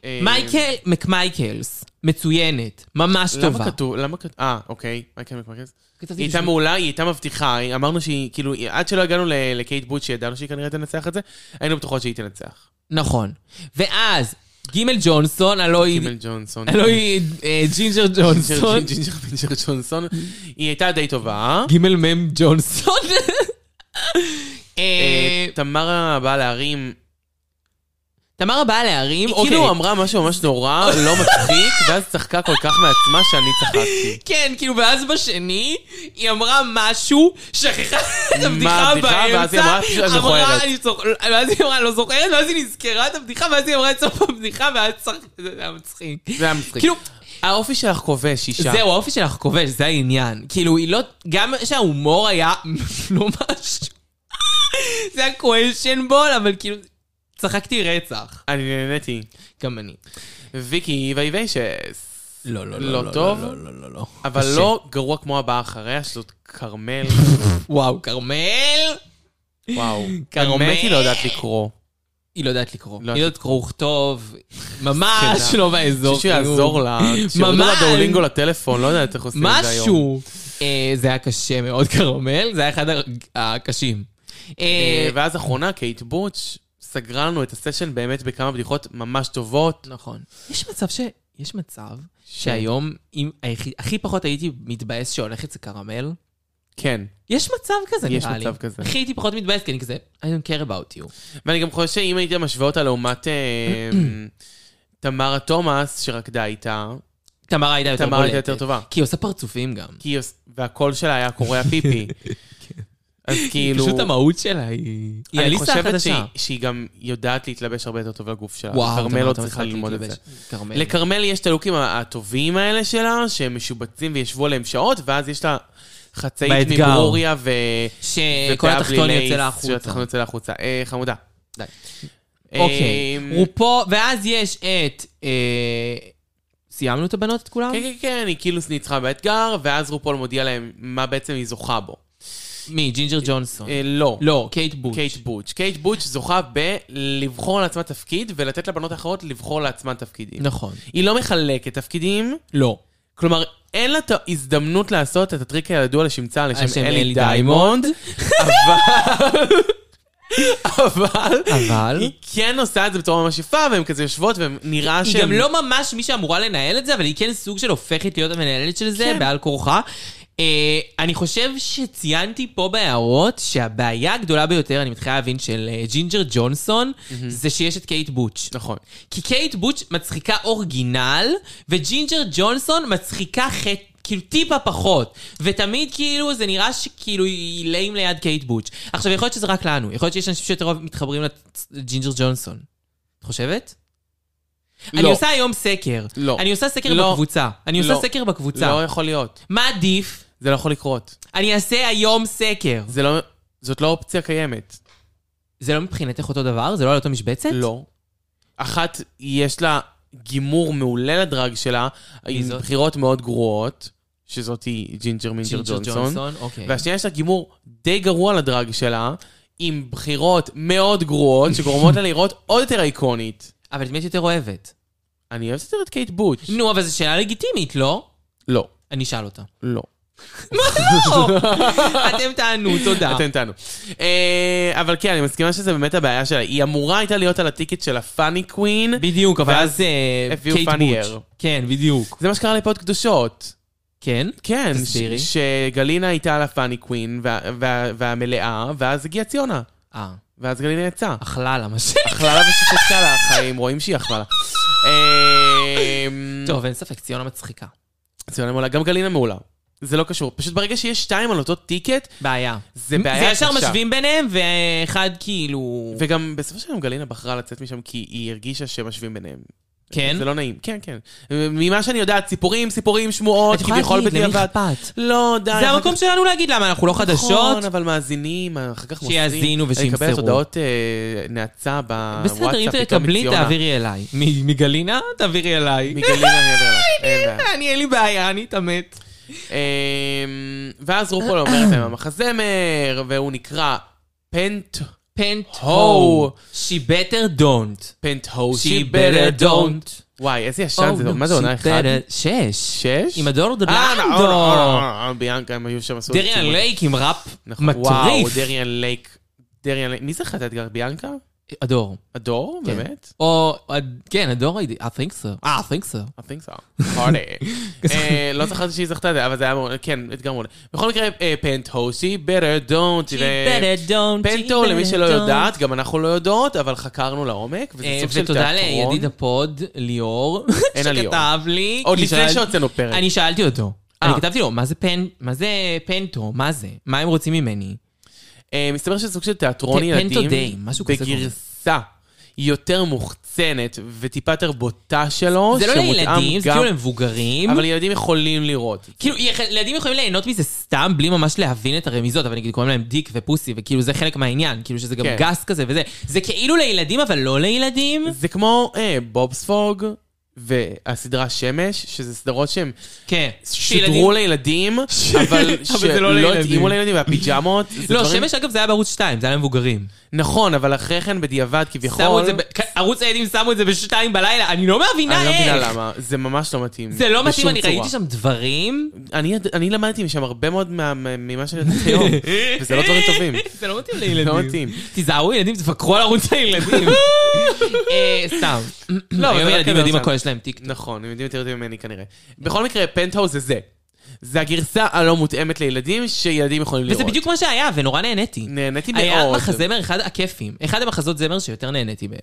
אה,
מייקל מקמייקלס, מצוינת, ממש טובה.
למה כתוב? למה כתוב? אה, אוקיי. מייקל מקמקס.
כתבתי
היא הייתה
בשביל-
מעולה, היא הייתה מבטיחה, היא- אמרנו שהיא, כאילו, היא- עד שלא הגענו ל- לקייט בוט, שידענו שהיא כנראה תנצח את זה, היינו בטוחות שהיא תנצח.
נכון. ואז גימל ג'ונסון, הלוא היא
קימל ג'ונסון.
הלוא היא, אה, ג'ינג'ר ג'ונסון,
ג'ינג'ר ג'ינג'ר ג'ינג'ר ג'ונסון. היא הייתה די טובה.
גימל מם ג'ונסון. אה,
אה, תמרה באה להרים,
תמרה באה להרים,
היא
אוקיי.
כאילו אמרה משהו ממש נורא, לא מצחיק, ואז צחקה כל כך מעצמה שאני צחקתי.
כן, כאילו, ואז בשני, היא אמרה משהו, שכחה את הבדיחה
הבדיחה? ואז היא אמרה,
באמצע,
"את זוכרת".
אמרה, "אני זוכ- ואז היא אמרה, לא זוכרת, ואז היא נזכרה את הבדיחה, ואז היא אמרה את סוף הבדיחה, ואז צחק, זה היה מצחיק.
זה היה מצחיק.
כאילו,
האופי שלך כובש, אישה.
זהו, האופי שלך כובש, זה העניין. כאילו, היא לא... גם שההומור היה לא משהו. זה היה קוושנבול, אבל כאילו, צחקתי רצח.
אני נהניתי.
גם אני.
ויקי וייביישס.
לא, לא,
לא טוב?
לא, לא, לא, לא.
אבל
קשה.
לא גרוע כמו הבאה אחריה, שזאת כרמל.
וואו, כרמל!
וואו.
כרמל.
כרמל היא לא יודעת לקרוא.
היא לא יודעת לקרוא. היא
לא כן,
לא יודעת לקרוא וכתוב, ממש לא באזור.
מישהו יעזור לה, שיורדו לה
ממש.
דאולינגו לטלפון, לא יודעת איך עושים את זה היום.
משהו. אה, זה היה קשה מאוד, כרמל, זה היה אחד הר- הקשים. אה,
אה, ואז אחרונה, קייט בוטש, סגרה לנו את הסשן באמת בכמה בדיחות ממש טובות.
נכון. יש מצב ש... יש מצב שהיום, אם היחיד- הכי פחות הייתי מתבאס שהולכת זה כרמל,
כן.
יש מצב כזה,
יש
נראה לי.
מצב כזה.
הכי הייתי פחות מתבאס, כי אני כזה, I don't care about you.
ואני גם חושב שאם הייתי משווה אותה לעומת אה, תמרה תומאס, שרקדה איתה,
תמרה הייתה יותר
תמרה
בולטת.
הייתה יותר טובה.
כי היא עושה פרצופים גם.
כי היא עוש- והקול שלה היה קורע פיפי. אז כאילו...
כן. פשוט המהות שלה היא... היא
אני
אליסה
חושבת שהיא-
החדשה.
שהיא גם יודעת להתלבש הרבה יותר טוב לגוף שלה.
וואו,
כרמל לא
תמרה,
צריכה
תמרה,
ללמוד את זה.
להתלבש. כרמל.
לכרמל יש את הלוקים ה- הטובים האלה שלה, שהם משובצים וישבו עליהם שעות, ואז יש לה חצאית
באתגר.
מברוריה ו...
שכל התחתון יוצא לה החוצה.
שהתחתון יוצא לה החוצה. אה, חמודה.
די. אוקיי.
אה,
רופו, ואז יש את... אה, סיימנו את הבנות, את כולם?
כן, כן, כן, היא כאילו ניצחה באתגר, ואז רופול מודיע להם מה בעצם היא זוכה בו.
מי? ג'ינג'ר ג'ונסון.
אה, לא.
לא, קייט בוט.
קייט בוטש. קייט בוטש זוכה בלבחור לעצמה תפקיד, ולתת לבנות האחרות לבחור לעצמן תפקידים.
נכון.
היא לא מחלקת תפקידים,
לא.
כלומר, אין לה את ההזדמנות לעשות את הטריק הידוע לשמצה לשם
השם
אלי
אלי
דיימונד, אבל... אבל...
אבל...
היא כן עושה את זה בצורה ממש יפה, והן כזה יושבות, והן נראה שהן...
היא גם לא ממש מי שאמורה לנהל את זה, אבל היא כן סוג של הופכת להיות המנהלת של זה,
כן.
בעל כורחה. אה, אני חושב שציינתי פה בהערות שהבעיה הגדולה ביותר, אני מתחילה להבין, של אה, ג'ינג'ר ג'ונסון, זה שיש את קייט בוטש.
נכון.
כי קייט בוטש מצחיקה אורגינל, וג'ינג'ר ג'ונסון מצחיקה חטא. כאילו טיפה פחות, ותמיד כאילו זה נראה שכאילו היא ליים ליד קייט בוטש. עכשיו יכול להיות שזה רק לנו, יכול להיות שיש אנשים שיותר אוהב- מתחברים לג'ינג'ר ג'ונסון. את חושבת? אני
לא.
עושה היום סקר.
לא.
אני עושה סקר
לא.
בקבוצה. אני עושה
לא.
סקר
לא
בקבוצה.
יכול להיות.
מה עדיף?
זה לא יכול לקרות.
אני אעשה היום סקר.
זה לא... זאת לא אופציה קיימת.
זה לא מבחינתך אותו דבר? זה לא על אותו משבצת?
לא. אחת, יש לה גימור מעולה לדרג שלה, עם
זאת?
בחירות מאוד גרועות, שזאת היא ג'ינג'ר מינג'ר ג'ונסון.
אוקיי.
והשנייה יש לה גימור די גרוע לדרג שלה, עם בחירות מאוד גרועות, שגורמות לה להיראות עוד יותר איקונית.
אבל את מי את יותר אוהבת?
אני אוהבת יותר את קייט בוץ'.
נו, אבל זו שאלה לגיטימית, לא?
לא,
אני אשאל אותה.
לא.
לא! אתם תענו, תודה.
אתם תענו. אה, אבל כן, אני מסכימה שזה באמת הבעיה שלה. היא אמורה הייתה להיות על הטיקט של הפאני קווין.
בדיוק, אבל
ואז
אז אה,
הביאו
קייט
פאני
בוץ'.
אר.
כן, בדיוק.
זה מה שקרה לפעות קדושות.
כן?
כן,
תסבירי.
ש- שגלינה הייתה על הפאני קווין וה- וה- והמלאה, ואז הגיעה ציונה.
אה,
ואז גלינה יצאה.
אכלה לה, מה שנקרא.
אכלה לה ושפצה לה החיים, רואים שהיא אכלה לה. אה,
טוב, אין ספק, ציונה מצחיקה.
ציונה מעולה, גם גלינה מעולה. זה לא קשור. פשוט ברגע שיש שתיים על אותו טיקט,
בעיה.
זה בעיה
זה ישר
קשה.
משווים ביניהם, ואחד כאילו...
וגם בסופו של יום גלינה בחרה לצאת משם כי היא הרגישה שמשווים ביניהם.
כן?
זה לא נעים. כן, כן. ממה שאני יודעת, סיפורים, סיפורים, שמועות,
את יכולה
כביכול
להגיד, למי
בדיעבד.
אכפת?
לא, די.
זה
אחר
המקום שלנו להגיד למה אנחנו לא
כך-
חדשות.
נכון, אבל מאזינים, אחר כך מוסרים.
שיאזינו ושימסרו.
אני מקבלת הודעות אה, נאצה בוואטסאפ,
בסדר, אם
פתאום
תקבלי,
מציונה.
תעבירי אליי. מ- מגלינה, תעבירי אליי.
מגלינה אני אעביר לך. אין בעיה.
אני, אין לי בעיה, אני אתעמת.
אמ, ואז רופול אומרת להם המחזמר, והוא נקרא פנט...
פנט
הו.
הו. She better don't.
פנט הו,
She better don't.
וואי, איזה ישן זה,
Oh, no,
מה זה עונה
she
אחד?
better- שש.
שש?
עם הדור דה
אה, נכון,
בלנדו.
נכון, נכון, ביאנקה, הם היו שם עשו...
דריאן
סימון.
לייק עם ראפ
נכון. וואו,
מטריף.
דריאן לייק. דריאן לייק. מי זכה את האתגר? ביאנקה?
הדור.
הדור?
כן.
באמת?
או, כן, הדור, I think so. אה, I think so.
I think so. Party. אה, לא זכרתי שהיא זכתה את זה, אבל זה היה מאוד... כן, אתגר מעולה. בכל מקרה, פנט הוסי, better don't.
She
ו-
better don't. she
פנטו, למי
better
שלא
don't.
יודעת, גם אנחנו לא יודעות, אבל חקרנו לעומק, וזה
אה,
סוג של
ותודה
תיאטרון.
לידיד הפוד, ליאור,
אין על ליאור.
שכתב לי.
עוד
כי
לפני
שאלתי-
שהוצאנו פרק.
אני שאלתי אותו.
אה.
אני כתבתי לו, מה זה פן, מה זה פנטו? מה זה? מה הם רוצים ממני?
אה, מסתבר שזה סוג של תיאטרון
פ-
ילדים.
פנטו דיי, משהו כזה קוראים.
בגרסה יותר מוחצנת וטיפה יותר בוטה שלו,
זה לא
שמותאם
לילדים, זה
גם-
כאילו למבוגרים.
אבל ילדים יכולים לראות.
כאילו, יכ- ילדים יכולים ליהנות מזה סתם בלי ממש להבין את הרמיזות, אבל נגיד קוראים להם דיק ופוסי, וכאילו זה חלק מהעניין, כאילו שזה גם
כן.
גס כזה וזה. זה כאילו לילדים, אבל לא לילדים.
זה כמו אה, בובספוג והסדרה שמש, שזה סדרות שהן
כן.
שודרו לילדים, אבל
אבל זה לא
שלא
לילדים.
התאימו לילדים, והפיג'מות, זה
לא,
דברים-
שמש אגב זה היה בערוץ 2, זה היה למבוגרים.
נכון, אבל אחרי כן בדיעבד כביכול...
שמו את זה, ב- כ- ערוץ הילדים שמו את זה בשתיים בלילה, אני לא מבינה
אני
איך.
לא מבינה למה, זה ממש לא מתאים.
זה לא מתאים,
בשום
אני
צורה.
ראיתי שם דברים.
אני, אני למדתי משם הרבה מאוד מה, ממה שידעתי היום, וזה לא דברים טובים.
זה לא מתאים לילדים.
לא מתאים.
תיזהרו ילדים, תפקרו על ערוץ הילדים. אה, סתם.
לא, אבל
היום
זה רק
ילדים
כזה
יודעים
עכשיו.
הכל, יש להם טיקטוק.
נכון, הם יודעים יותר טוב ממני כנראה. בכל מקרה, פנטהאוס זה זה. זה הגרסה הלא מותאמת לילדים, שילדים יכולים לראות.
וזה בדיוק מה שהיה, ונורא נהניתי.
נהניתי
היה
מאוד.
מחזמר אחד הכיפים. אחד המחזות זמר שיותר נהניתי מהם.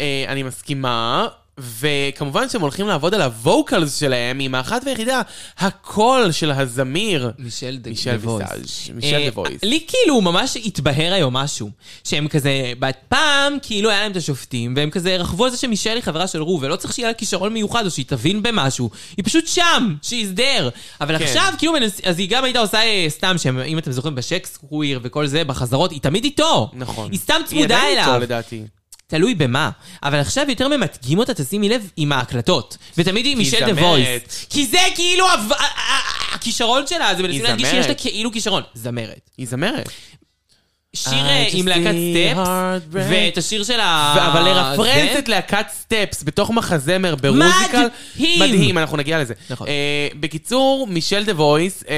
אה, אני מסכימה, וכמובן שהם הולכים לעבוד על הווקלס שלהם, עם האחת והיחידה, הקול של הזמיר.
מישל דה
מישל
וויס.
ויסאז', מישל
אה,
דה וויס.
לי כאילו ממש התבהר היום משהו. שהם כזה, פעם כאילו היה להם את השופטים, והם כזה רכבו על זה שמישל היא חברה של רו, ולא צריך שיהיה לה כישרון מיוחד או שהיא תבין במשהו. היא פשוט שם, שיסדר. אבל
כן.
עכשיו כאילו, מנס- אז היא גם הייתה עושה אה, סתם, שהם- אם אתם זוכרים בשייקסקוויר וכל זה, בחזרות, היא תמיד איתו.
נכון.
היא סתם
היא
צמודה
עדיין
אליו.
איתו, לדעתי.
תלוי במה. אבל עכשיו יותר ממתגים אותה, תשימי לב, עם ההקלטות. ותמיד היא מישל
זמרת.
דה וויס. כי זה כאילו הב- ה- ה- ה- הכישרון שלה, זה מנסים להדגיש
זמרת.
שיש לה כאילו כישרון. זמרת.
היא זמרת.
שיר
I
אה,
just
עם להקת
see
סטפס,
heartbreak.
ואת השיר של ה...
אבל לרפרנס
זה?
את להקת סטפס בתוך מחזמר ברוזיקל,
מדהים.
מדהים, אנחנו נגיע לזה.
נכון.
אה, בקיצור, מישל דה וויס, אה,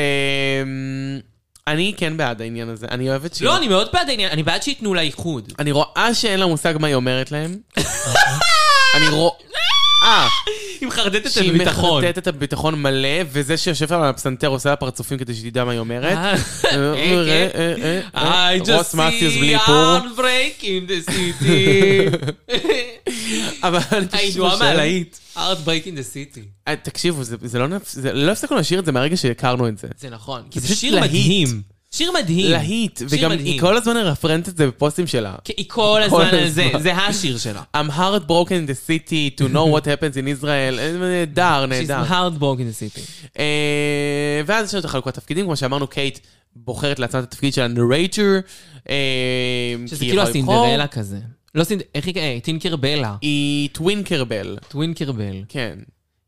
אני כן בעד העניין הזה, אני אוהבת שהיא...
לא, אני מאוד בעד העניין, אני בעד שייתנו לה איחוד.
אני רואה שאין לה מושג מה היא אומרת להם. אני רואה
היא מחרדטת
שהיא
על ביטחון.
מחטטת את הביטחון מלא, וזה שיושב שם על הפסנתר עושה לה פרצופים כדי שתדע מה היא אומרת.
אה,
אה, אה, אה, אה, אה.
I
רוס
just
מתיוס בלי
see
איפור.
heartbreak in the city.
אבל אני פשוט
הידועה
חושב-
מהלהיט. heartbreak in the city.
אה, תקשיבו, זה- זה לא נפ- זה- לא הפסקנו לשיר את זה מהרגע שהכרנו את זה.
זה נכון, כי זה
פשוט
שיר
להיט.
מדהים. שיר מדהים.
להיט,
שיר
וגם
מדהים. כן.
היא כל הזמן מרפרנת את זה בפוסטים שלה.
כי היא כל הזמן
כל
על זה,
הזמן.
זה השיר שלה.
I'm heartbroken in the city to know what happens in Israel. אה, נהדר,
She's
נהדר.
hard broken the city.
אה, ואז יש לנו את החלוקת תפקידים, כמו שאמרנו, קייט בוחרת לעצמה את התפקיד של הנרייטר.
שזה כאילו הסינדרלה כזה. לא סינד... איך היא... אה, טינקר בלה.
היא טווינקרבל,
טווינקר בל.
כן.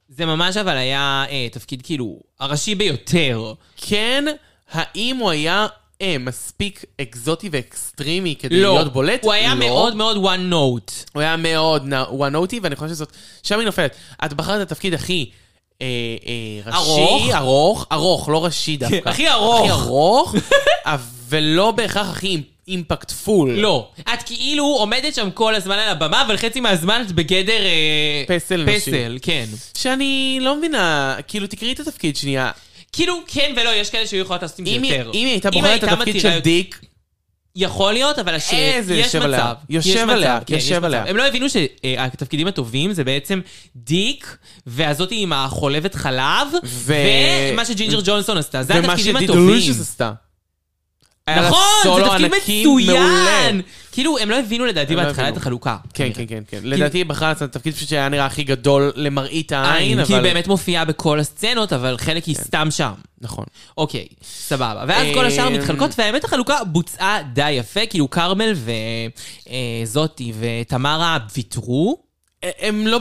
זה ממש אבל היה אה, תפקיד כאילו הראשי ביותר.
כן, האם הוא היה אה, מספיק אקזוטי ואקסטרימי כדי
לא.
להיות בולט?
הוא היה
לא.
מאוד מאוד one note.
הוא היה מאוד one אותי, ואני חושב שזאת... שם היא נופלת. את בחרת את התפקיד הכי... אה, אה, ראשי,
ארוך? כן,
ארוך, ארוך, לא ראשי דווקא.
הכי ארוך.
הכי ארוך, אבל- ולא בהכרח הכי אימפקטפול.
לא. את כאילו עומדת שם כל הזמן על הבמה, אבל חצי מהזמן את בגדר... אה,
פסל נשי.
פסל, כן.
שאני לא מבינה, כאילו, תקראי את התפקיד שנייה.
כאילו, כן ולא, יש כאלה שהיו יכולות לעשות עם זה
אם היא
יותר.
אם היא הייתה בוחרת את התפקיד
מתירה
של דיק,
יכול להיות, אבל הש...
אה, זה
יש
יושב
מצב.
עליה. יושב
יש מצב,
עליה,
כן, יש
יושב
מצב.
עליה.
הם לא הבינו שהתפקידים הטובים זה בעצם דיק, והזאתי עם החולבת חלב,
ו-
ומה שג'ינג'ר ג'ונסון עשתה. זה
ומה
התפקידים
שדיד
הטובים.
לושיוס עשתה. היה לה
נכון, זה
סולו
תפקיד
ענקי
מצוין!
מעולה.
כאילו, הם לא הבינו לדעתי
הם לא
בהתחלה את
הבינו.
החלוקה.
כן, כן, כן, כן.
כאילו-
לדעתי היא בחרה לעצמה תפקיד פשוט שהיה נראה הכי גדול למראית העין,
עין,
כן, אבל...
אה,
כן.
כי היא באמת מופיעה בכל הסצנות, אבל חלק היא סתם שם.
נכון.
אוקיי, סבבה. ואז כל השאר
אמ,
מתחלקות, והאמת החלוקה בוצעה די יפה, כאילו כרמל וזאתי ותמרה ויתרו,
הם לא...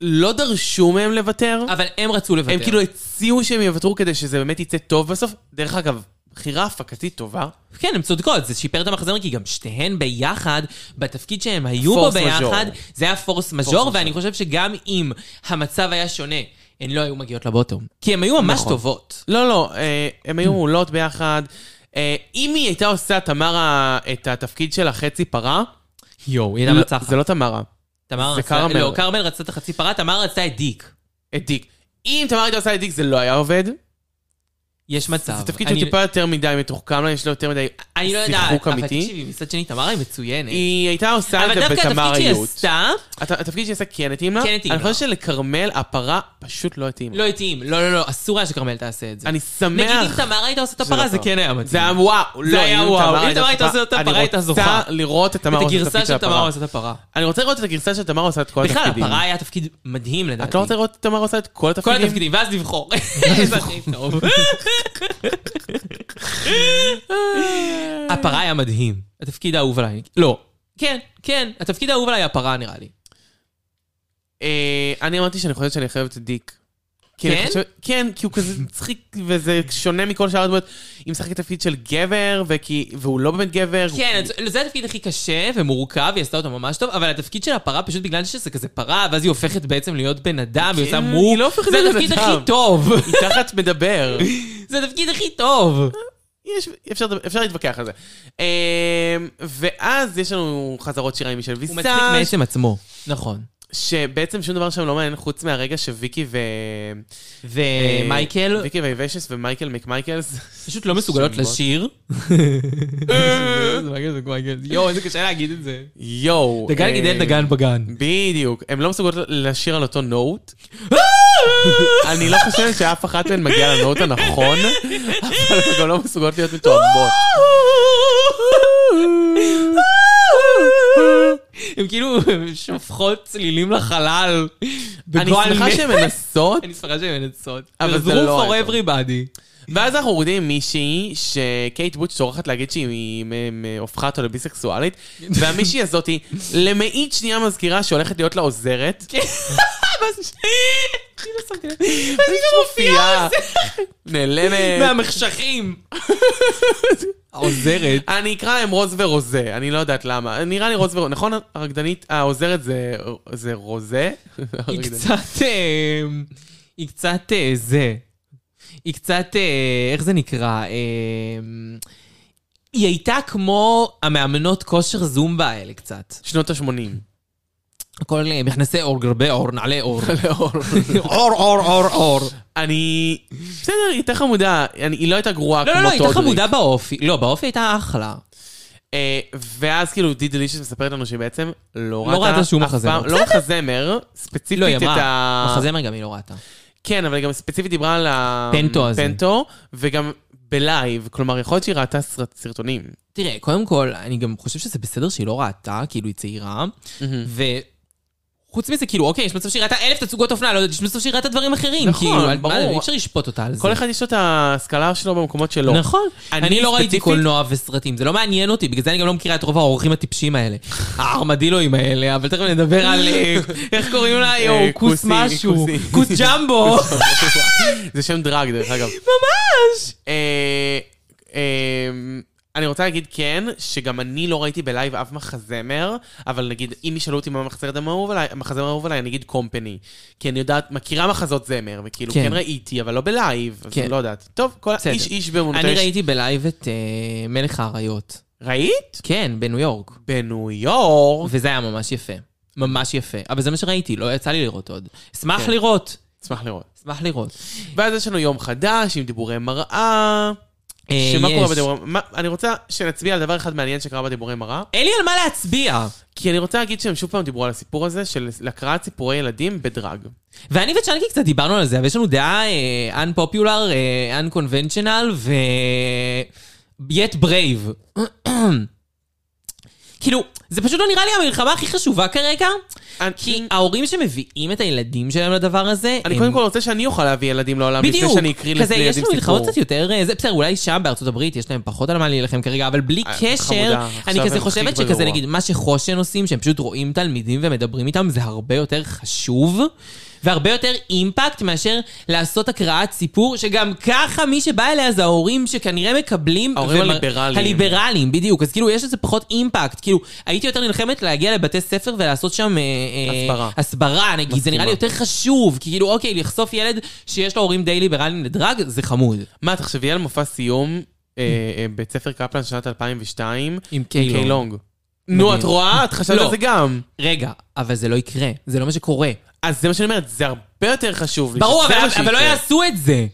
לא דרשו מהם לוותר,
אבל כן. הם רצו לוותר.
הם כאילו הציעו שהם יוותרו כדי שזה באמת יצא טוב בסוף. דרך אגב, בחירה הפקתית טובה.
כן, הן צודקות, זה שיפר את המחזמר, כי גם שתיהן ביחד, בתפקיד שהן היו בו
פורס
ביחד,
מז'ור.
זה היה פורס מז'ור, ואני חושב שגם אם המצב היה שונה, הן לא היו מגיעות לבוטום. כי הן היו ממש
נכון.
טובות.
לא, לא, אה, הם היו מעולות ביחד. אה, אם היא הייתה עושה, תמרה, את התפקיד של החצי פרה,
יואו, היא הייתה
לא-
מנצחת.
זה לא תמרה,
תמר
זה
רצתה-
כרמל.
לא, כרמל רצתה את החצי פרה, תמר רצתה את דיק.
את דיק. אם תמרה הייתה עושה את דיק, זה לא היה עובד.
יש מצב.
זה תפקיד
אני-
שהוא טיפה יותר מדי מתוחכם, לא, יש לו יותר מדי
אני לא יודעת,
שיחוק
אבל
אמיתי.
תקשיבי, מצד שני, תמרה היא מצוינת.
היא הייתה עושה את
אבל
זה
דווקא
בתמר
התפקיד שהיא
איות.
עשתה,
הת- התפקיד שהיא עשתה כן התאים לה.
כן התאים
אני
לה.
חושב שלכרמל הפרה פשוט לא התאים. לה.
לא התאים. לא, לא, לא, אסור היה שכרמל תעשה את זה.
אני
נגיד אם
שמח.
תמרה הייתה עושה את
שזה
הפרה,
לא
זה
קרה.
כן היה מתאים.
זה היה וואו.
זה
לא,
היה
אם
וואו.
תמר
אם תמר הייתה עושה את הפרה, הייתה זוכה.
אני רוצה לראות את תמר
את
עושה את
הגרסה
התפקיד
של
של
תמרה
הפרה.
עושה את הפרה.
אני רוצה לראות את הגרסה של תמר עושה את כל
בכלל,
התפקידים.
הפרה היה תפקיד מדהים לדעתי.
את לא רוצה לראות את תמר עושה את כל
כל
התפקידים?
התפקידים, ואז לבחור. זה הכי טוב. הפרה היה מדהים. התפקיד האהוב עליי. לא. כן, כן, התפקיד האהוב עליי הפרה נראה לי.
אה, אני אמרתי שאני חושבת שאני חייבת את דיק. כי
כן?
אני חושבת- כן, כי הוא כזה מצחיק, וזה שונה מכל שאר הדמויות. היא משחקת תפקיד של גבר, וכי- והוא לא באמת גבר.
כן,
אוקיי.
אז- זה התפקיד הכי קשה ומורכב, היא עשתה אותו ממש טוב, אבל התפקיד של הפרה, פשוט בגלל שזה כזה פרה, ואז היא הופכת בעצם להיות בן אדם, היא עושה
כן,
מור.
היא לא
זה
הופכת להיות
התפקיד
בן
הכי
אדם.
טוב.
הוא- איתך את מדבר.
זה התפקיד הכי טוב.
יש, אפשר, אפשר להתווכח על זה. אמ, ואז יש לנו חזרות שירה עם מישל
הוא מצחיק
ויסאז',
מעצם עצמו. נכון.
שבעצם שום דבר שם לא מעניין חוץ מהרגע שוויקי ו...
אה,
אה,
ומייקל,
ויקי וייבשס ומייקל מקמייקלס.
פשוט לא מסוגלות
שמות.
לשיר. זה מייקל ומייקל. יואו, איזה קשה להגיד את זה.
יואו.
דגן
אמ,
גידל דגן בגן.
בדיוק. הן לא מסוגלות לשיר על אותו נוט. אני לא חושבת שאף אחת מהן מגיעה לנוט הנכון, אבל הן גם לא מסוגלות להיות מתואמות.
הם כאילו שופכות צלילים לחלל.
אני
בגועל
שמחה
נפש.
שהן מנסות,
אני שמחה שהן מנצות.
אבל זה
עזרו
לא היה
for
טוב.
everybody.
ואז אנחנו יורדים עם מישהי שקייט בוטש טורחת להגיד שהיא מ- מ- מ- הופכת או לביסקסואלית, והמישהי הזאתי למאית שנייה מזכירה שהולכת להיות לה עוזרת.
כן. ואז- כאילו שמתי לב.
מופיעה. נעלמת.
מהמחשכים. העוזרת.
אני אקרא להם רוז ורוזה, אני לא יודעת למה. נראה לי רוז ורוזה, נכון? הרקדנית, העוזרת זה- זה רוזה?
היא
הרקדנית.
קצת... אה, היא קצת אה, זה. היא קצת... אה, איך זה נקרא? אה, היא הייתה כמו המאמנות כושר זומבה האלה קצת.
שנות ה-80.
הכל אה, מכנסי אור, גרבי אור, נעלי אור. לא, אור, אור, אור, אור.
אני... בסדר, היא הייתה חמודה. אני- היא לא הייתה גרועה כמו
לא, לא,
טודריק.
לא, הייתה חמודה באופי. לא, באופי הייתה אחלה.
אה, ואז כאילו די דלישס מספרת לנו שהיא בעצם לא,
לא ראתה שום
אף
מחזמר.
פעם- לא מחזמר, ספציפית
לא, היא
את
אמרה.
ה...
מחזמר גם היא לא ראתה.
כן, אבל היא גם ספציפית דיברה על ה...
פנטו הזה.
פנטו, וגם בלייב, כלומר, יכול להיות שהיא ראתה סרט- סרטונים.
תראה, קודם כל, אני גם חושב שזה בסדר שהיא לא ראתה, כאילו היא צעירה,
מהמם.
וחוץ חוץ מזה, כאילו, אוקיי, יש מצב שהיא ראתה אלף תצוגות אופנה, לא יודעת, יש מצב שהיא ראתה דברים אחרים.
נכון,
כאילו, אל-
ברור.
מה, אי אפשר לשפוט אותה על זה.
כל אחד יש לו את ההשכלה שלו במקומות שלו.
נכון.
אני
אני לא ראיתי
ספציפית-
קולנוע וסרטים, זה לא מעניין אותי, בגלל זה אני גם לא מכירה את רוב האורחים הטיפשים האלה. הארמדילואים האלה, אבל תכף נדבר על אה, איך קוראים לה, יואו,
אה,
כוס
כוסי,
משהו,
כוסי.
כוס ג'מבו.
זה שם דרג, דרך אגב.
ממש!
אה, אה, אני רוצה להגיד כן, שגם אני לא ראיתי בלייב אף מחזמר, אבל נגיד, אם ישאלו אותי מה המחזמר האהוב עליי, המחזמר האהוב עליי, אני אגיד קומפני. כי אני יודעת, מכירה מחזות זמר, וכאילו
כן.
כן, ראיתי, אבל לא בלייב, אז
כן.
אני לא יודעת. טוב, כל
בסדר.
איש איש באמונתו.
אני
יש-
ראיתי בלייב את אה, מלך האריות.
ראית?
כן, בניו יורק.
בניו יורק.
וזה היה ממש יפה. ממש יפה. אבל זה מה שראיתי, לא יצא לי לראות עוד. אשמח
כן.
לראות.
אשמח לראות.
אשמח לראות.
ואז יש לנו יום חדש עם דיבורי מראה.
אה,
שמה קורה
יש.
בדיבורי מראה? אני רוצה שנצביע על דבר אחד מעניין שקרה בדיבורי מראה.
אין לי על מה להצביע.
כי אני רוצה להגיד שהם שוב פעם דיברו על הסיפור הזה של הקראת סיפורי ילדים בדרג.
ואני וצ'אנקי קצת דיברנו על זה, אבל יש לנו דעה אה, unpopular, אה, unconventional ו... yet brave. כאילו, זה פשוט לא נראה לי המלחמה הכי חשובה כרגע, כי
אני-
ההורים שמביאים את הילדים שלהם לדבר הזה,
אני
הם-
קודם כל רוצה שאני אוכל להביא ילדים לעולם לפני
בדיוק,
שאני אקריא
כזה
לפני
יש
ילדים
לנו מלחמות
סיפור.
קצת יותר, אה, זה בסדר, אולי שם בארצות הברית יש להם פחות על מה להילחם כרגע, אבל בלי
אה,
קשר,
חמודה,
אני
עכשיו
כזה
הם
חושבת
הכי
שכזה
בגרוע.
נגיד, מה שחושן עושים, שהם פשוט רואים תלמידים ומדברים איתם, זה הרבה יותר חשוב, והרבה יותר אימפקט מאשר לעשות הקראת סיפור, שגם ככה מי שבא אליה זה ההורים שכנראה מקבלים...
ההורים
ומר-
הליברליים.
הליברליים, בדיוק, אז כאילו יש לזה פחות אימפקט, כאילו, הייתי יותר נלחמת להגיע לבתי ספר ולעשות שם... אה, אה,
הסברה.
הסברה, נגיד, זה נראה לי יותר
מסכימה.
חשוב. כי כאילו, אוקיי, לחשוף ילד שיש לו הורים די ליברליים לדרג, זה חמוד.
מה, תחשבי על מופע סיום אה, אה, בית ספר קפלן שנת 2002,
עם קיילון.
קיילונג. נו, את רואה? את חשבת
לא.
על זה גם.
רגע, אבל זה לא יקרה, זה לא מה שקורה.
אז זה מה שאני אומרת, זה הרבה יותר חשוב. לי,
ברור,
שזה
אבל,
מה
אבל לא
שיקרה.
יעשו את זה.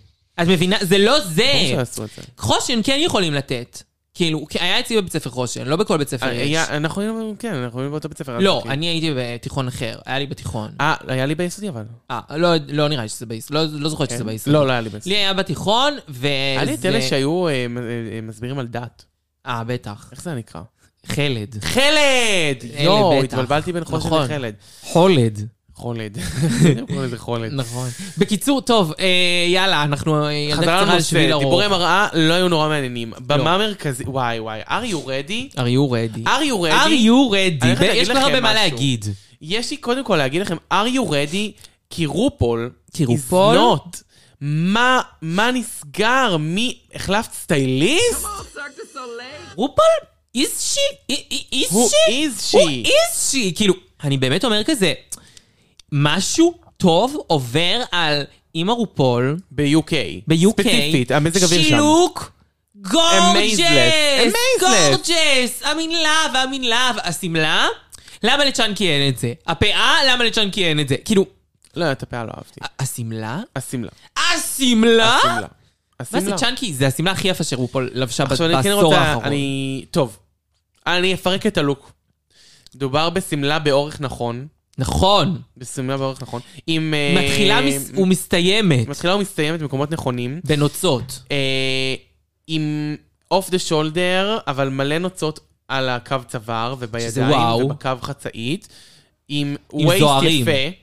את מבינה? זה לא זה.
ברור שיעשו את זה.
חושן כן יכולים לתת. כאילו, כי היה אצלי בבית ספר חושן, לא בכל בית ספר יש.
אה, היה- אוקיי. אנחנו היינו, כן, אנחנו היינו באותו בית ספר.
לא,
אז-
אני הייתי בתיכון אחר, היה לי בתיכון.
אה, היה לי ביסודי אבל.
אה, לא- לא נראה לי שזה בישראל, לא- לא זוכרת שזה
כן?
בישראל.
לא, לא היה לי ביסודי.
לי היה בתיכון, ו...
היה לי את אלה שהיו אה, מ- אה, אה, מסבירים על דת.
אה, בטח.
איך זה נקרא?
חלד.
חלד!
אלה,
יואו,
בטח.
התבלבלתי בין חושן
נכון.
לחלד.
חולד.
חולד. קוראים לזה חולד.
נכון. בקיצור, טוב, אה, יאללה, אנחנו אה, ילדה
חזרה
קצרה על
לנושא,
שביל ארוך.
דיבורי מראה לא היו נורא מעניינים. במה מרכזית, וואי וואי, are you ready?
are you ready?
are you
are
ready?
you
אני
ready?
הולכת להגיד
יש לך הרבה
לכם
מה
משהו.
להגיד.
יש לי קודם כל להגיד לכם, are you ready? כי רופול,
כי
is
רופול?
not. מה, מה נסגר? מי, החלפת סטייליסט?
רופול? איז שי? איז
Who
שי?
is she?
איז שי? כאילו, אני באמת אומר כזה, משהו טוב עובר על אימא רופול
ב-UK.
ב-UK.
ספציפית, המזג אוויר שם.
שילוק גורג'ס!
Amazeless. Amazeless.
גורג'ס! I'm in love, I'm in love. השמלה? למה לצ'אנקי אין את זה? הפאה? למה לצ'אנקי אין את זה? כאילו,
לא, את הפאה לא אהבתי.
אה? השמלה?
השמלה.
השמלה?
השמלה.
אה? מה
השמלה.
זה צ'אנקי? זה השמלה הכי יפה שרופול לבשה
עכשיו אני כן
בעשור
רוצה,
האחרון.
אני... טוב. אני אפרק את הלוק. דובר בשמלה באורך נכון.
נכון.
בשמלה באורך נכון. עם... אה,
מתחילה מס- ומסתיימת
מתחילה ומסתיימת במקומות נכונים.
בנוצות.
אה, עם אוף דה שולדר, אבל מלא נוצות על הקו צוואר
שזה
ובידיים
וואו.
ובקו חצאית. עם
עם
וייסט
זוהרים.
יפה.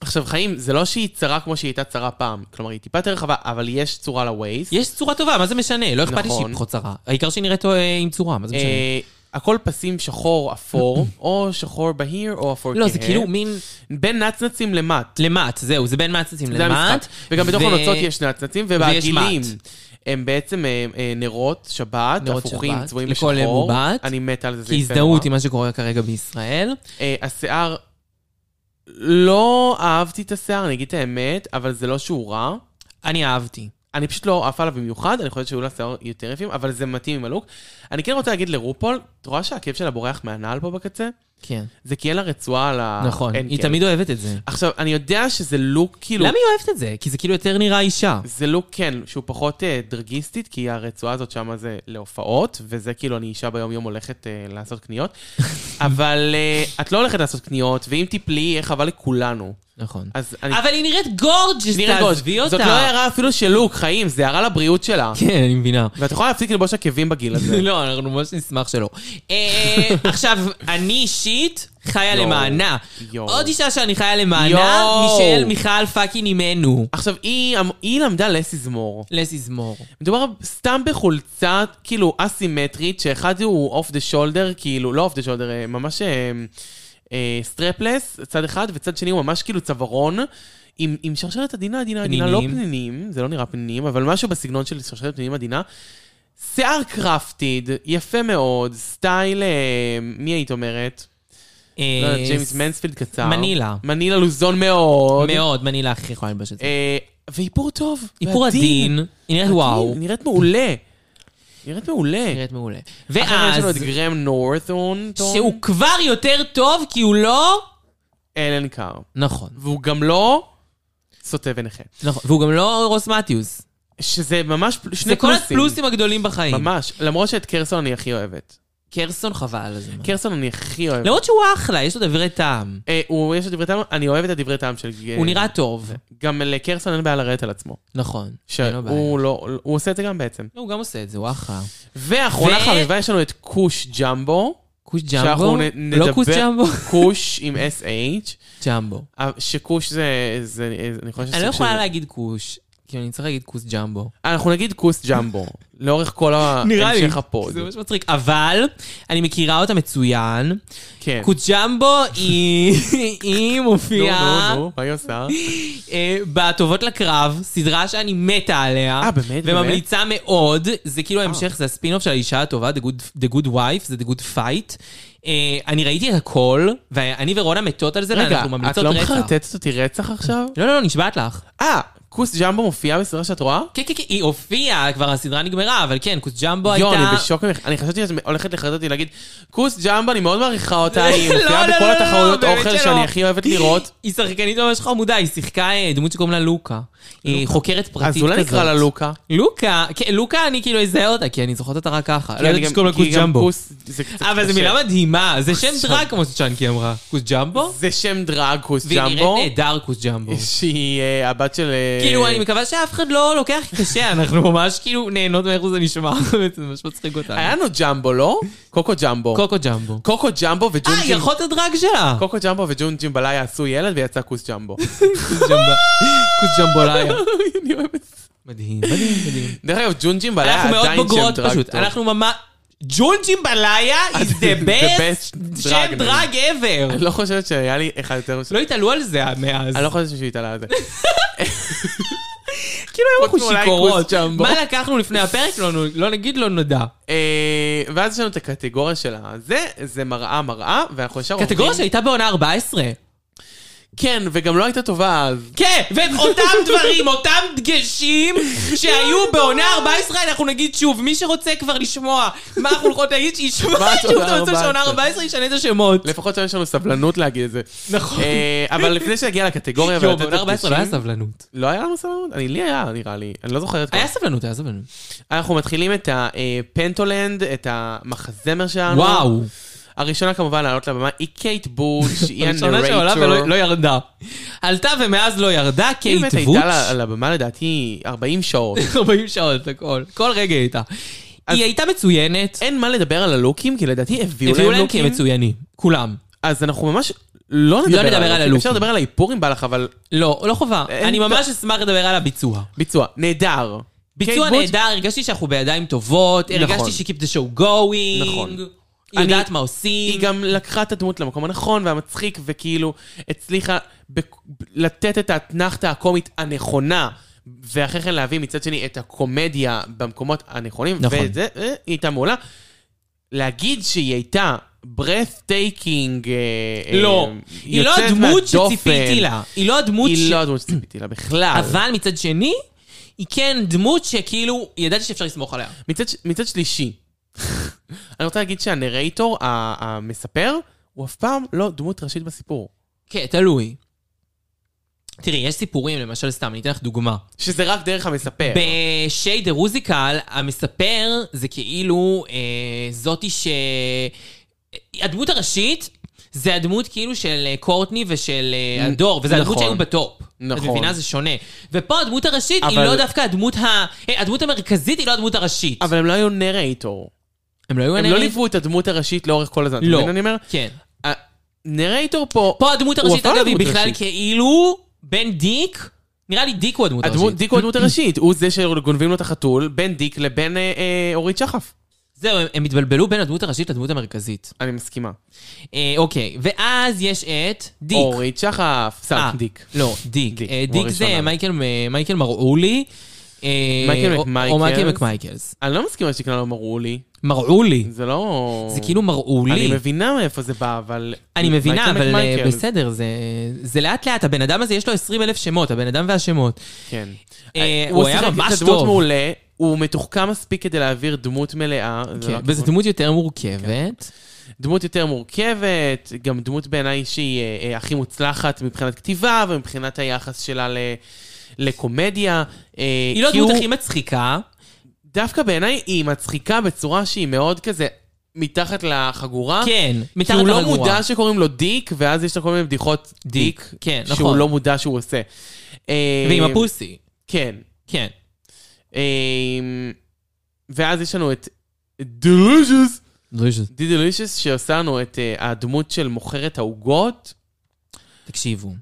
עכשיו חיים, זה לא שהיא צרה כמו שהיא הייתה צרה פעם. כלומר, היא טיפה יותר רחבה, אבל יש צורה לווייסט.
יש צורה טובה, מה זה משנה? לא אכפת לי
נכון.
שהיא פחות צרה. העיקר שהיא נראית אה, עם צורה, מה זה משנה?
אה, הכל פסים שחור אפור, או שחור בהיר או אפור כהה.
לא, זה כאילו מין
בין נצנצים למט.
למט, זהו, זה בין מעצצים
זה
למט.
המשחק. וגם בתוך
ו-
הנוצות יש נצנצים,
ויש מט.
ובעגילים. הם בעצם אה, אה, נרות שבת,
נרות
הפוכים,
שבת,
צבועים
לכל
בשחור.
מבט.
אני מת על זה, זה
כי
יפה נורא.
הזדהות עם מה שקורה כרגע בישראל.
אה, השיער, לא אהבתי את השיער, אני אגיד את האמת, אבל זה לא שהוא רע.
אני אהבתי.
אני פשוט לא עפה עליו במיוחד, אני חושבת שהיו לה שיער יותר יפים, אבל זה מתאים עם הלוק. אני כן רוצה להגיד לרופול, את רואה שהעקב שלה בורח מהנעל פה בקצה?
כן.
זה כי אין לה רצועה על ה...
נכון.
אין כאילו-
היא
כאב.
תמיד אוהבת את זה.
עכשיו, אני יודע שזה לוק, כאילו...
למה היא אוהבת את זה? כי זה כאילו יותר נראה אישה.
זה לוק, כן, שהוא פחות אה, דרגיסטית, כי הרצועה הזאת שמה זה להופעות, וזה כאילו אני אישה ביום-יום הולכת אה, לעשות קניות. אבל אה, את לא הולכת לעשות קניות, ואם תיפלי, יהיה חבל לכולנו.
נכון.
אז אני...
אבל היא נראית גורג'ס,
נראה גוד.
תעזבי אותה.
זאת לא הערה אפילו של לוק, חיים, זה הערה לבריאות שלה.
כן, אני מבינה.
ואת יכולה להפסיק ללבוש עקבים בגיל הזה.
לא, אנחנו ממש נשמח שלא. אה, עכשיו, אני אישית חיה
יואו.
למענה.
יואו.
עוד אישה שאני חיה למענה,
יואו.
מישל מיכל פאקינג אימנו.
עכשיו, היא, היא למדה לסיזמור.
לסי זמור.
מדובר סתם בחולצה, כאילו, אסימטרית, שאחד הוא אוף דה שולדר, כאילו, לא אוף דה שולדר, ממש סטרפלס, צד אחד, וצד שני הוא ממש כאילו צווארון, עם, עם שרשרת עדינה, עדינה, עדינה, לא
פנינים.
פנינים, זה לא נראה פנינים, אבל משהו בסגנון של שרשרת פנינים עדינה. שיער קרפטיד, יפה מאוד, סטייל, אה, מי היית אומרת?
אה,
לא יודעת, ג'יימס מנספילד קצר.
מנילה.
מנילה לוזון מאוד.
מאוד, מנילה הכי יכולה ללבש את זה.
אה, ואיפור טוב.
איפור עדין, היא נראית וואו.
עדין, נראית מעולה. נראית מעולה.
נראית מעולה.
אחרי יש לנו את
ואז,
גרם נורת'ון,
שהוא כבר יותר טוב, כי הוא לא...
אלן קאר.
נכון.
והוא גם לא סוטה ונכה.
נכון. והוא גם לא רוס מתיוס.
שזה ממש פל- שני
זה כל
פלוסים.
הפלוסים הגדולים בחיים.
ממש. למרות שאת קרסון אני הכי אוהבת.
קרסון חבל על הזמן.
קרסון אני הכי אוהבת.
למרות שהוא אחלה, יש לו דברי טעם.
אה, הוא, יש לו דברי טעם, אני אוהב את הדברי טעם של...
הוא נראה טוב.
גם לקרסון אין בעיה לרדת על עצמו.
נכון. אין לו בעיה.
שהוא לא... הוא עושה את זה גם בעצם.
לא, הוא גם עושה את זה, הוא אחלה.
ואחרונה
ו-
חביבה, יש לנו את כוש ג'מבו.
כוש
שאנחנו
ג'מבו?
נ-
לא כוש ג'מבו?
כוש עם SH,
ג'מבו.
אה, שכוש זה, זה, אני חושב שזה...
אני לא יכולה להגיד כוש, כי אני צריך להגיד כוס ג'מבו.
אנחנו נגיד כוס ג'מבו, לאורך כל המשך הפוד.
זה ממש מצחיק. אבל, אני מכירה אותה מצוין.
כן.
כוס ג'מבו היא היא
נו,
מופיעה
נו, נו, לא, מה היא עושה?
אה, בטובות לקרב, סדרה שאני מתה עליה.
אה, באמת, אה. באמת?
וממליצה מאוד. זה כאילו ההמשך, זה הספינוף של האישה הטובה, The Good- The Good Wife, זה The Good Fight. אה, אני ראיתי את הכל, ואני ורונה מתות על זה,
רגע,
ואנחנו
את
ממליצות
לא
רצח.
מחרטטת אותי רצח עכשיו?
לא, לא, לא, נשבעת לך.
אה, כוס ג'מבו מופיעה בסדרה שאת רואה?
כן, כן, כן, היא הופיעה, כבר הסדרה נגמרה, אבל כן, כוס ג'מבו הייתה...
יואו, אני בשוק ממך. אני חשבתי שאת הולכת לחרטט אותי להגיד, כוס ג'מבו, אני מאוד מעריכה אותה, היא
לא,
מופיעה
לא,
בכל
לא, לא,
התחרויות
באמת
אוכל
שלא.
שאני הכי אוהבת לראות.
היא שחקנית ממש חמודה, היא שיחקה אה, דמות שקוראים לה לוקה. היא חוקרת פרטית כזאת.
אז אולי נקרא לה לוקה.
לוקה, כן, לוקה אני כאילו אזהה אותה, כי אני זוכרת אותה רק ככה. לא
כי אני
ידעתי
גם-
שקוראים לה
כי
כוס
גם
ג'מבו.
כוס זה קצת
אבל זו
קשה.
מילה מדהימה, זה שם דרג כמו שצ'אנקי אמרה. כוס ג'מבו?
זה שם דרג, כוס
והיא נראית
ג'מבו.
נהדר כוס ג'מבו.
שהיא אה, הבת של... אה,
כאילו, אני מקווה שאף אחד לא לוקח קשה, אנחנו ממש כאילו נהנות מאיך זה נשמע, זה ממש מצחיק אותנו.
היה לנו ג'מבו, לא? קוקו ג'מבו.
קוקו ג'מבו.
קוקו ג'מבו וג'ון
אה, היא
ג'ים...
אחות הדרג שלה.
קוקו ג'מבו וג'ון ג'ימבלאיה עשו ילד ויצא כוס ג'מבו.
כוס ג'מבו. כוס ג'מבולאיה.
אני אוהבת.
מדהים, מדהים, מדהים.
דרך אגב, ג'ון ג'ימבלאיה
אנחנו מאוד
עדיין
בוגרות
שם דרג
פשוט.
טוב.
אנחנו ממש... ג'ונג'ים בלאיה is
the
the best
best drug
שם
name.
דרג ever.
אני לא חושבת שהיה לי אחד יותר...
לא התעלו על זה מאז.
אני לא חושבת שהוא התעלה על זה.
כאילו היום אנחנו
חוץ מאולי
שיכורות.
כוס ג'מבו.
מה לקחנו לפני הפרק? לא נו- לא נגיד, לא נודע.
אה, ואז יש לנו את הקטגוריה שלה. זה, זה מראה מראה, ואנחנו ישר הולכים-
קטגוריה שהייתה בעונה 14.
כן, וגם לא הייתה טובה אז.
כן, ואותם דברים, אותם דגשים
לא,
שהיו בעונה 14, אנחנו נגיד שוב, מי שרוצה כבר לשמוע מה אנחנו הולכות להגיד,
מה
שישמע
את
שוב את
עונה
המצב של עונה
14?
14, ישנה את השמות.
לפחות יש לנו סבלנות להגיד את זה.
נכון.
אה, אבל לפני שנגיע לקטגוריה
יואו,
ולתת
בעונה 14 לא היה
תרחישים-
סבלנות.
לא היה לנו סבלנות? אני, לי היה, נראה לי. אני לא זוכרת. כבר.
היה סבלנות, היה סבלנות.
אנחנו מתחילים את הפנטולנד, את המחזמר שלנו.
וואו.
הראשונה כמובן לעלות לבמה היא קייט בוטש, היא
הראשונה שעולה ולא לא
הנרייטור.
ירדה. עלתה ומאז לא ירדה,
היא
קייט ווץ'.
באמת הייתה לה- על הבמה לדעתי 40 שעות.
40 שעות, הכל. כל רגע היא הייתה. היא הייתה מצוינת.
אין מה לדבר על הלוקים, כי לדעתי הביאו
הביאו להם
להם
כי
לוקים.
הם מצוינים. כולם.
אז אנחנו ממש לא נדבר
לא נדבר על הלוקים.
אפשר לדבר על האיפור אם בא לך, אבל
לא, לא חובה.
אין כן,
אני
טוב.
ממש אשמח לדבר על הביצוע.
ביצוע, נהדר.
ביצוע
קייט בוטש-
נהדר, הרגשתי שאנחנו בידיים טובות,
נכון.
הרגשתי שקיפ דה שואו גואינג.
נכון.
היא יודעת
אני-
מה עושים.
היא גם לקחה את הדמות למקום הנכון והמצחיק, וכאילו הצליחה בק- לתת את האתנחתא הקומית הנכונה, ואחרי כן להביא מצד שני את הקומדיה במקומות הנכונים,
נכון.
וזה, אה, היא הייתה מעולה. להגיד שהיא הייתה אה, breath taking,
לא. היא לא הדמות שציפיתי לה. היא לא הדמות ש...
היא לא הדמות שציפיתי לה בכלל.
אבל מצד שני, היא כן דמות שכאילו, ידעתי שאפשר לסמוך עליה.
מצד, ש- מצד שלישי, אני רוצה להגיד שהנרייטור, ה- המספר, הוא אף פעם לא דמות ראשית בסיפור.
כן, תלוי. תראי, יש סיפורים, למשל, סתם, אני אתן לך דוגמה.
שזה רק דרך המספר.
בשיי דה רוזיקל, המספר זה כאילו אה, זאתי ש... הדמות הראשית זה הדמות כאילו של אה, קורטני ושל אה,
נ-
הדור, וזה הדמות
נכון.
שהיו בטופ.
נכון.
את מבינה? זה שונה. ופה הדמות הראשית היא
אבל-
לא דווקא הדמות ה... אה, הדמות המרכזית היא לא הדמות הראשית.
אבל הם לא היו נרייטור.
הם לא היו
הם לא
עננים?
ליוו את הדמות הראשית לאורך כל הזמן. אתה
לא.
מבין, אני אומר?
כן.
אה, הנרייטור פה...
פה הדמות
הוא
הראשית,
הפך
אגב, היא
לדמות
בכלל
ראשית.
כאילו בן דיק, נראה לי דיק הוא הדמות
הדמות,
הראשית.
דיק הוא הדמות הראשית, הוא זה שגונבים לו את החתול, בין דיק לבין אה, אה, אורית שחף.
זהו, הם- הם התבלבלו בין הדמות הראשית לדמות המרכזית.
אני מסכימה.
אה, אוקיי, ואז יש את דיק.
אורית שחף, סתם
אה,
דיק.
לא, דיק.
דיק,
אה,
הוא
דיק
הראשון
זה
עליו.
מייקל מ- מייקל מרעולי. אה,
מייקל
או- או
מקמייקלס.
מייקל מקמייקלס.
אני לא מסכימה שכנראה לא מראו לי.
מרעולי.
זה לא...
זה כאילו מרעולי.
אני מבינה מאיפה זה בא, אבל...
אני מבינה,
מייקל
אבל אה,
מקמייקל,
בסדר, זה- זה לאט לאט. הבן אדם הזה יש לו 20 אלף שמות, הבן אדם והשמות.
כן.
אה, הוא היה
שיחק את
ממש
הדמות
טוב.
מעולה, הוא מתוחכם מספיק כדי להעביר דמות מלאה. זה
כן,
לא אה,
וזו
הכיוון.
דמות יותר מורכבת.
דמות יותר מורכבת, גם דמות בעיניי שהיא אה, אה, הכי מוצלחת מבחינת כתיבה ומבחינת היחס שלה ל... לקומדיה. אה,
היא לא
כי
הדמות
הוא-
הכי מצחיקה.
דווקא בעיניי היא מצחיקה בצורה שהיא מאוד כזה מתחת לחגורה.
כן,
אה, כי
מתחת
הוא לא
לחגורה.
מודע שקוראים לו דיק, ואז יש לו כל מיני בדיחות
דיק,
דיק,
כן,
שהוא
נכון.
לא מודע שהוא עושה. אה,
ועם הפוסי.
כן.
כן.
אה, ואז יש לנו את דלוז'וס, די דלוז'וס, שעושה לנו את אה, הדמות של מוכרת העוגות.
תקשיבו.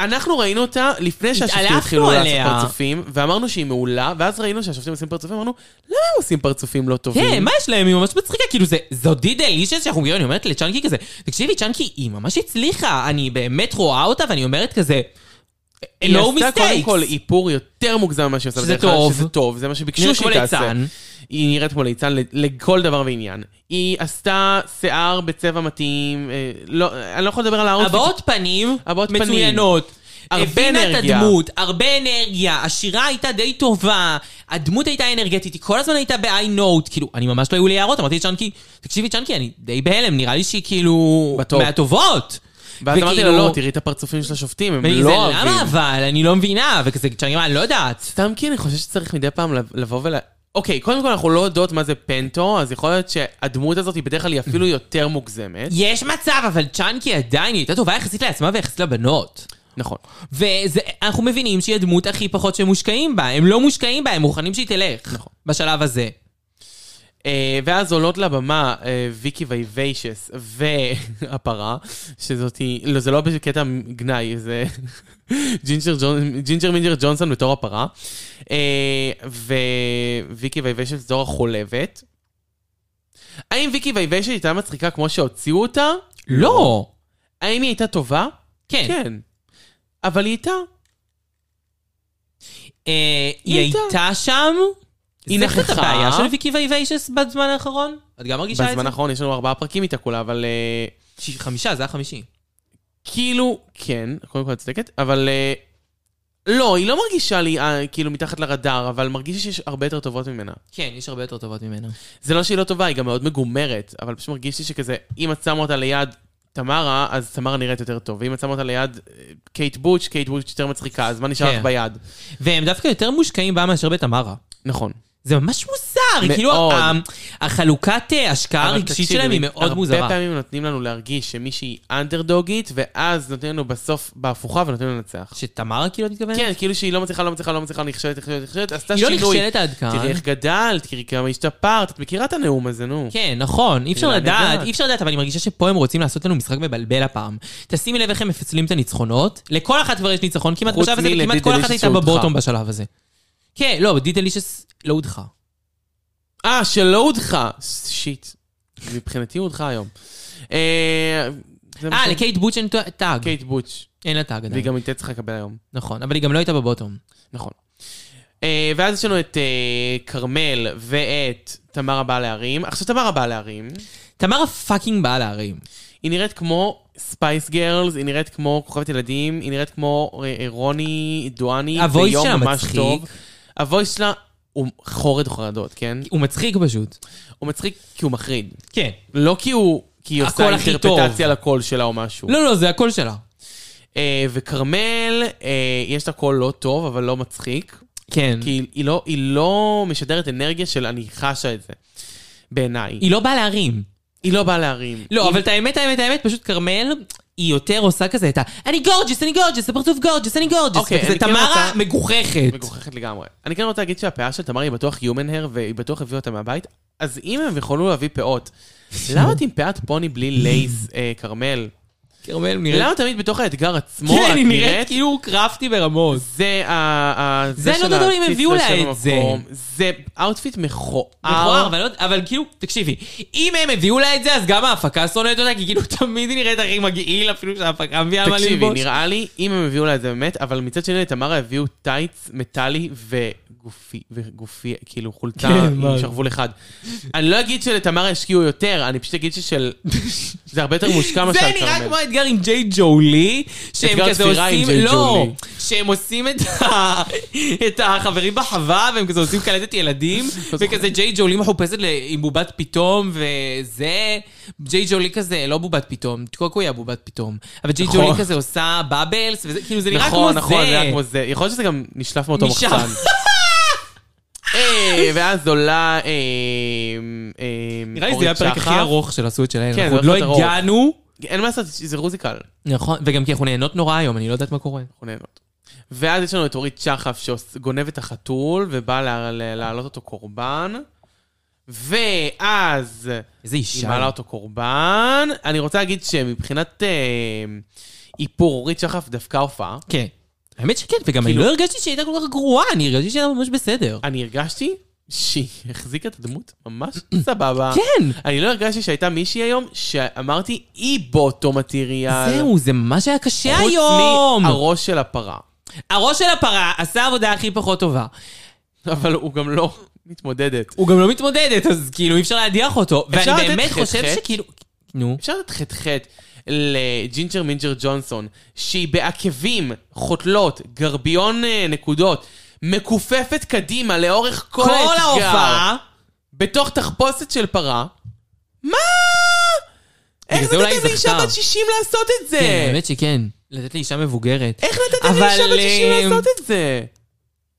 אנחנו ראינו אותה לפני שהשופטים
התעלפנו
התחילו לעשות
עליה.
פרצופים, ואמרנו שהיא מעולה, ואז ראינו שהשופטים עושים פרצופים, אמרנו, למה הם עושים פרצופים לא טובים?
כן, מה יש להם? היא ממש מצחיקה, כאילו זה, זו די דלישס שאנחנו מגיעים, אני אומרת לצ'אנקי כזה, תקשיבי, צ'אנקי, היא ממש הצליחה, אני באמת רואה אותה ואני אומרת כזה, no
היא עשתה קודם כל
mistakes.
איפור יותר מוגזם ממה שהיא עושה
לא שזה
בדרך כלל,
טוב.
שזה טוב, זה מה שביקשו
נראית כמו
שהיא תעשה.
ליצן.
היא נראית כמו ליצן ל- לכל דבר ועניין. היא עשתה שיער בצבע מתאים, אה, לא, אני לא יכול לדבר על האוטפיט.
הבעות פנים
הבעות פנים.
מצוינות.
הרבה
הבינה את
אנרגיה.
הדמות, הרבה אנרגיה, השירה הייתה די טובה, הדמות הייתה אנרגטית, היא כל הזמן הייתה ב-i note, כאילו, אני ממש לא היו לי הערות, אמרתי לצ'אנקי, תקשיבי צ'אנקי, אני די בהלם, נראה לי שהיא כאילו...
בטוב.
מהטובות.
ואז אמרתי
וכאילו-
לה, לא, תראי את הפרצופים של השופטים, הם
ואני כזה,
לא אוהבים.
למה אבל? אני לא מבינה, וכזה, צ'אנקי אמרה, אני לא יודעת.
סתם כי אני חושב שצריך מדי פעם לב- לבוא ול... אוקיי, קודם כל אנחנו לא יודעות מה זה פנטו, אז יכול להיות שהדמות הזאת היא בדרך כלל היא אפילו יותר מוגזמת.
יש מצב, אבל צ'אנקי עדיין היא הייתה טובה יחסית לעצמה ויחסית לבנות.
נכון.
ואנחנו מבינים שהיא הדמות הכי פחות שמושקעים בה. הם לא מושקעים בה, הם מוכנים שהיא תלך.
נכון.
בשלב הזה.
אה, ואז עולות לבמה אה, ויקי וייביישס והפרה, שזאתי, לא, זה לא בקטע גנאי, זה ג'ינג'ר, ג'ון, ג'ינג'ר מינג'ר ג'ונסון בתור הפרה. אה, וויקי וייביישס זו החולבת. האם ויקי וייביישס הייתה מצחיקה כמו שהוציאו אותה?
לא.
האם היא הייתה טובה?
כן.
כן. אבל היא הייתה,
אה, היא
הייתה.
הייתה שם.
היא
זה קצת
נכחה.
הבעיה של ויקי וייביישס בזמן האחרון? את גם מרגישה את זה?
בזמן האחרון יש לנו ארבעה פרקים איתה כולה, אבל... אה,
ש- חמישה, זה היה חמישי.
כאילו, כן, קודם כל את צודקת, אבל... אה, לא, היא לא מרגישה לי אה, כאילו מתחת לרדאר, אבל מרגישה שיש הרבה יותר טובות ממנה.
כן, יש הרבה יותר טובות ממנה.
זה לא שהיא לא טובה, היא גם מאוד מגומרת, אבל פשוט מרגיש לי שכזה, אם את שמה אותה ליד תמרה, אז תמרה נראית יותר טוב, ואם את שמה אותה ליד אה, קייט בוטש, קייט בוטש יותר מצחיקה, אז מה נשאר
כן.
לך ביד?
והם דווקא יותר מושקעים בה מאשר בתמרה.
נכון.
זה ממש מוזר,
מאוד.
כאילו ה- החלוקת אה, השקעה
אבל
הרגשית
תקשיבי,
שלהם היא מאוד מוזרה.
הרבה פעמים נותנים לנו להרגיש שמישהי אנדרדוגית, ואז נותנים לנו בסוף בהפוכה ונותנים לנו לנצח.
שתמרה כאילו את מתכוונת?
כן, כאילו שהיא לא מצליחה, לא מצליחה, לא מצליחה, נכשלת, נכשלת, נכשלת, עשתה
היא לא
שינוי.
נכשלת עד כאן.
תראי איך גדלת, תראי כמה השתפרת, את מכירה את הנאום הזה, נו.
כן, נכון, אי אפשר
אני
לדעת,
יודעת.
אי אפשר לדעת, אבל אני מרגישה שפה הם רוצים לעשות לנו משחק מבלבל הפעם. תשימי לב איך הם מפצלים את הניצחונות, לכל אחת כבר יש ניצחון כמעט
חוץ
בשלב הזה,
מלדי
וכמעט כל אחת
דלישס
הייתה
שהודחה.
בבוטום בשלב הזה. כן, לא, די דלישס לא הודחה.
אה, שלא הודחה. שיט. מבחינתי הוא הודחה היום. אה, זה מה
אה,
ש-
לקייט בוטש אין טאג.
קייט בוטש.
אין לה טאג
והיא
עדיין.
גם הייתה צריכה לקבל היום.
נכון, אבל היא גם לא הייתה בבוטום.
נכון. אה, ואז יש לנו את אה, כרמל ואת תמרה בעל הערים. עכשיו, תמרה בעל הערים,
תמרה פאקינג באה להרים.
היא נראית כמו ספייס גרלס, היא נראית כמו כוכבת ילדים, היא נראית כמו אה, אה, רוני דואני.
הוויס
ביום
שלה
ממש
מצחיק.
טוב. הוויס שלה הוא חורד חרדות, כן?
הוא מצחיק פשוט.
הוא מצחיק כי הוא מחריד.
כן.
לא כי הוא... כי היא עושה
הקול הכי טוב.
אינטרפטציה לקול שלה או משהו.
לא, לא, זה הקול שלה.
אה, וכרמל, אה, יש לה קול לא טוב, אבל לא מצחיק.
כן.
כי היא לא, היא לא משדרת אנרגיה של אני חשה את זה. בעיניי. היא,
היא לא באה להרים.
לא באה להרים.
לא,
היא,
אבל את האמת, האמת, האמת, פשוט כרמל, היא יותר עושה כזה את ה... אני גורג'ס, אני גורג'ס, הפרצוף גורג'ס, אני גורג'ס.
אוקיי,
וכזה
אני כן
תמרה
רוצה-
מגוחכת.
מגוחכת לגמרי. אני כן רוצה להגיד שהפאה של תמר היא בטוח Human Hair, והיא בטוח הביאה אותה מהבית, אז אם הם יכולו להביא פאות, למה את עם פאת פוני בלי לייס, אה, כרמל?
כרמל נראית...
למה תמיד בתוך האתגר עצמו
כן,
את
היא נראית כאילו קרפטי ברמות.
זה ה... ה-
זה אני לא
של
יודעת אם
הציץ
הביאו לה
של
את זה.
המקום. זה אאוטפיט
מכוער,
מכוער.
אבל, לא- אבל כאילו, תקשיבי, אם הם הביאו לה את זה, אז גם ההפקה שונאת אותה, כי כאילו תמיד היא נראית הכי מגעיל, אפילו שההפקה מביאה מה ללבוש.
תקשיבי, נראה לי, אם הם הביאו לה את זה באמת, אבל מצד שני לתמרה הביאו טייץ מטאלי וגופי, וגופי, כאילו חולצה
כן,
עם
מה זה?
שרוול אחד. אני לא אגיד שלתמרה ישקיעו יותר, אני פשוט אגיד ששל... זה הרבה יותר מושקע מאשר
זה
על
נראה
כרמל.
כמו האתגר עם ג'יי ג'ולי, שהם
אתגר
כזה
תפירה עם
עושים,
ג'יי
לא,
ג'ולי.
שהם עושים את ה- את החברים בחווה, והם כזה עושים קלטת ילדים, וכזה ג'יי ג'ולי מחופשת ל- עם בובת פתאום, וזה, ג'יי ג'ולי כזה, לא בובת פתאום, קוקו היא הבובת פתאום, אבל ג'יי
נכון.
ג'ולי כזה עושה באבלס, וזה כאילו זה נראה כמו
נכון,
זה.
נכון, זה נראה כמו זה. יכול להיות שזה גם נשלף מאותו
משם.
מחסן. אה, ואז עולה... אה, אה,
נראה לי זה
אורית
היה הפרק הכי
נכון, שחר.
ארוך של עשו את שלהם,
כן,
אנחנו עוד
זה
לא
הולך להיות ארוך.
הגענו.
אין מה לעשות, זה רוזיקל.
נכון, וגם כי אנחנו נהנות נורא היום, אני לא יודעת מה קורה.
אנחנו נהנות. ואז יש לנו את אורית שחף שגונבת את החתול ובאה לה- לה- להעלות אותו קורבן. ואז
איזה
היא
אישה.
מעלה אותו קורבן. אני רוצה להגיד שמבחינת אה, איפור, אורית שחף דווקא הופעה.
כן. האמת שכן, וגם אני
כאילו-
לא הרגשתי שהיא הייתה כל כך גרועה, אני הרגשתי שהיא הייתה ממש בסדר.
אני הרגשתי שהיא החזיקה את הדמות ממש סבבה.
כן!
אני לא הרגשתי שהייתה מישהי היום שאמרתי, היא באותו מטריאל.
זהו, זה ממש היה קשה
חוץ
היום!
מהראש של הפרה.
הראש של הפרה עשה עבודה הכי פחות טובה.
אבל הוא גם לא מתמודדת.
הוא גם לא מתמודדת, אז כאילו אי אפשר להדיח אותו.
אפשר
ואני
לתת
באמת חושב
חטא-חטא?
שכאילו... נו.
אפשר לתת ח"ח לג'ינג'ר מינג'ר ג'ונסון, שהיא בעקבים, חוטלות, גרביון אה, נקודות, מכופפת קדימה לאורך כל,
כל
האתגר,
ההופעה...
בתוך תחפושת של פרה. מה?
בגלל
איך
זה אולי
נתתם
היא
לאישה
זכתה.
בת 60 לעשות את זה?
כן, האמת שכן. לתת לאישה מבוגרת.
איך נתתם
אבל,
לאישה בת 60
אה,
לעשות את זה?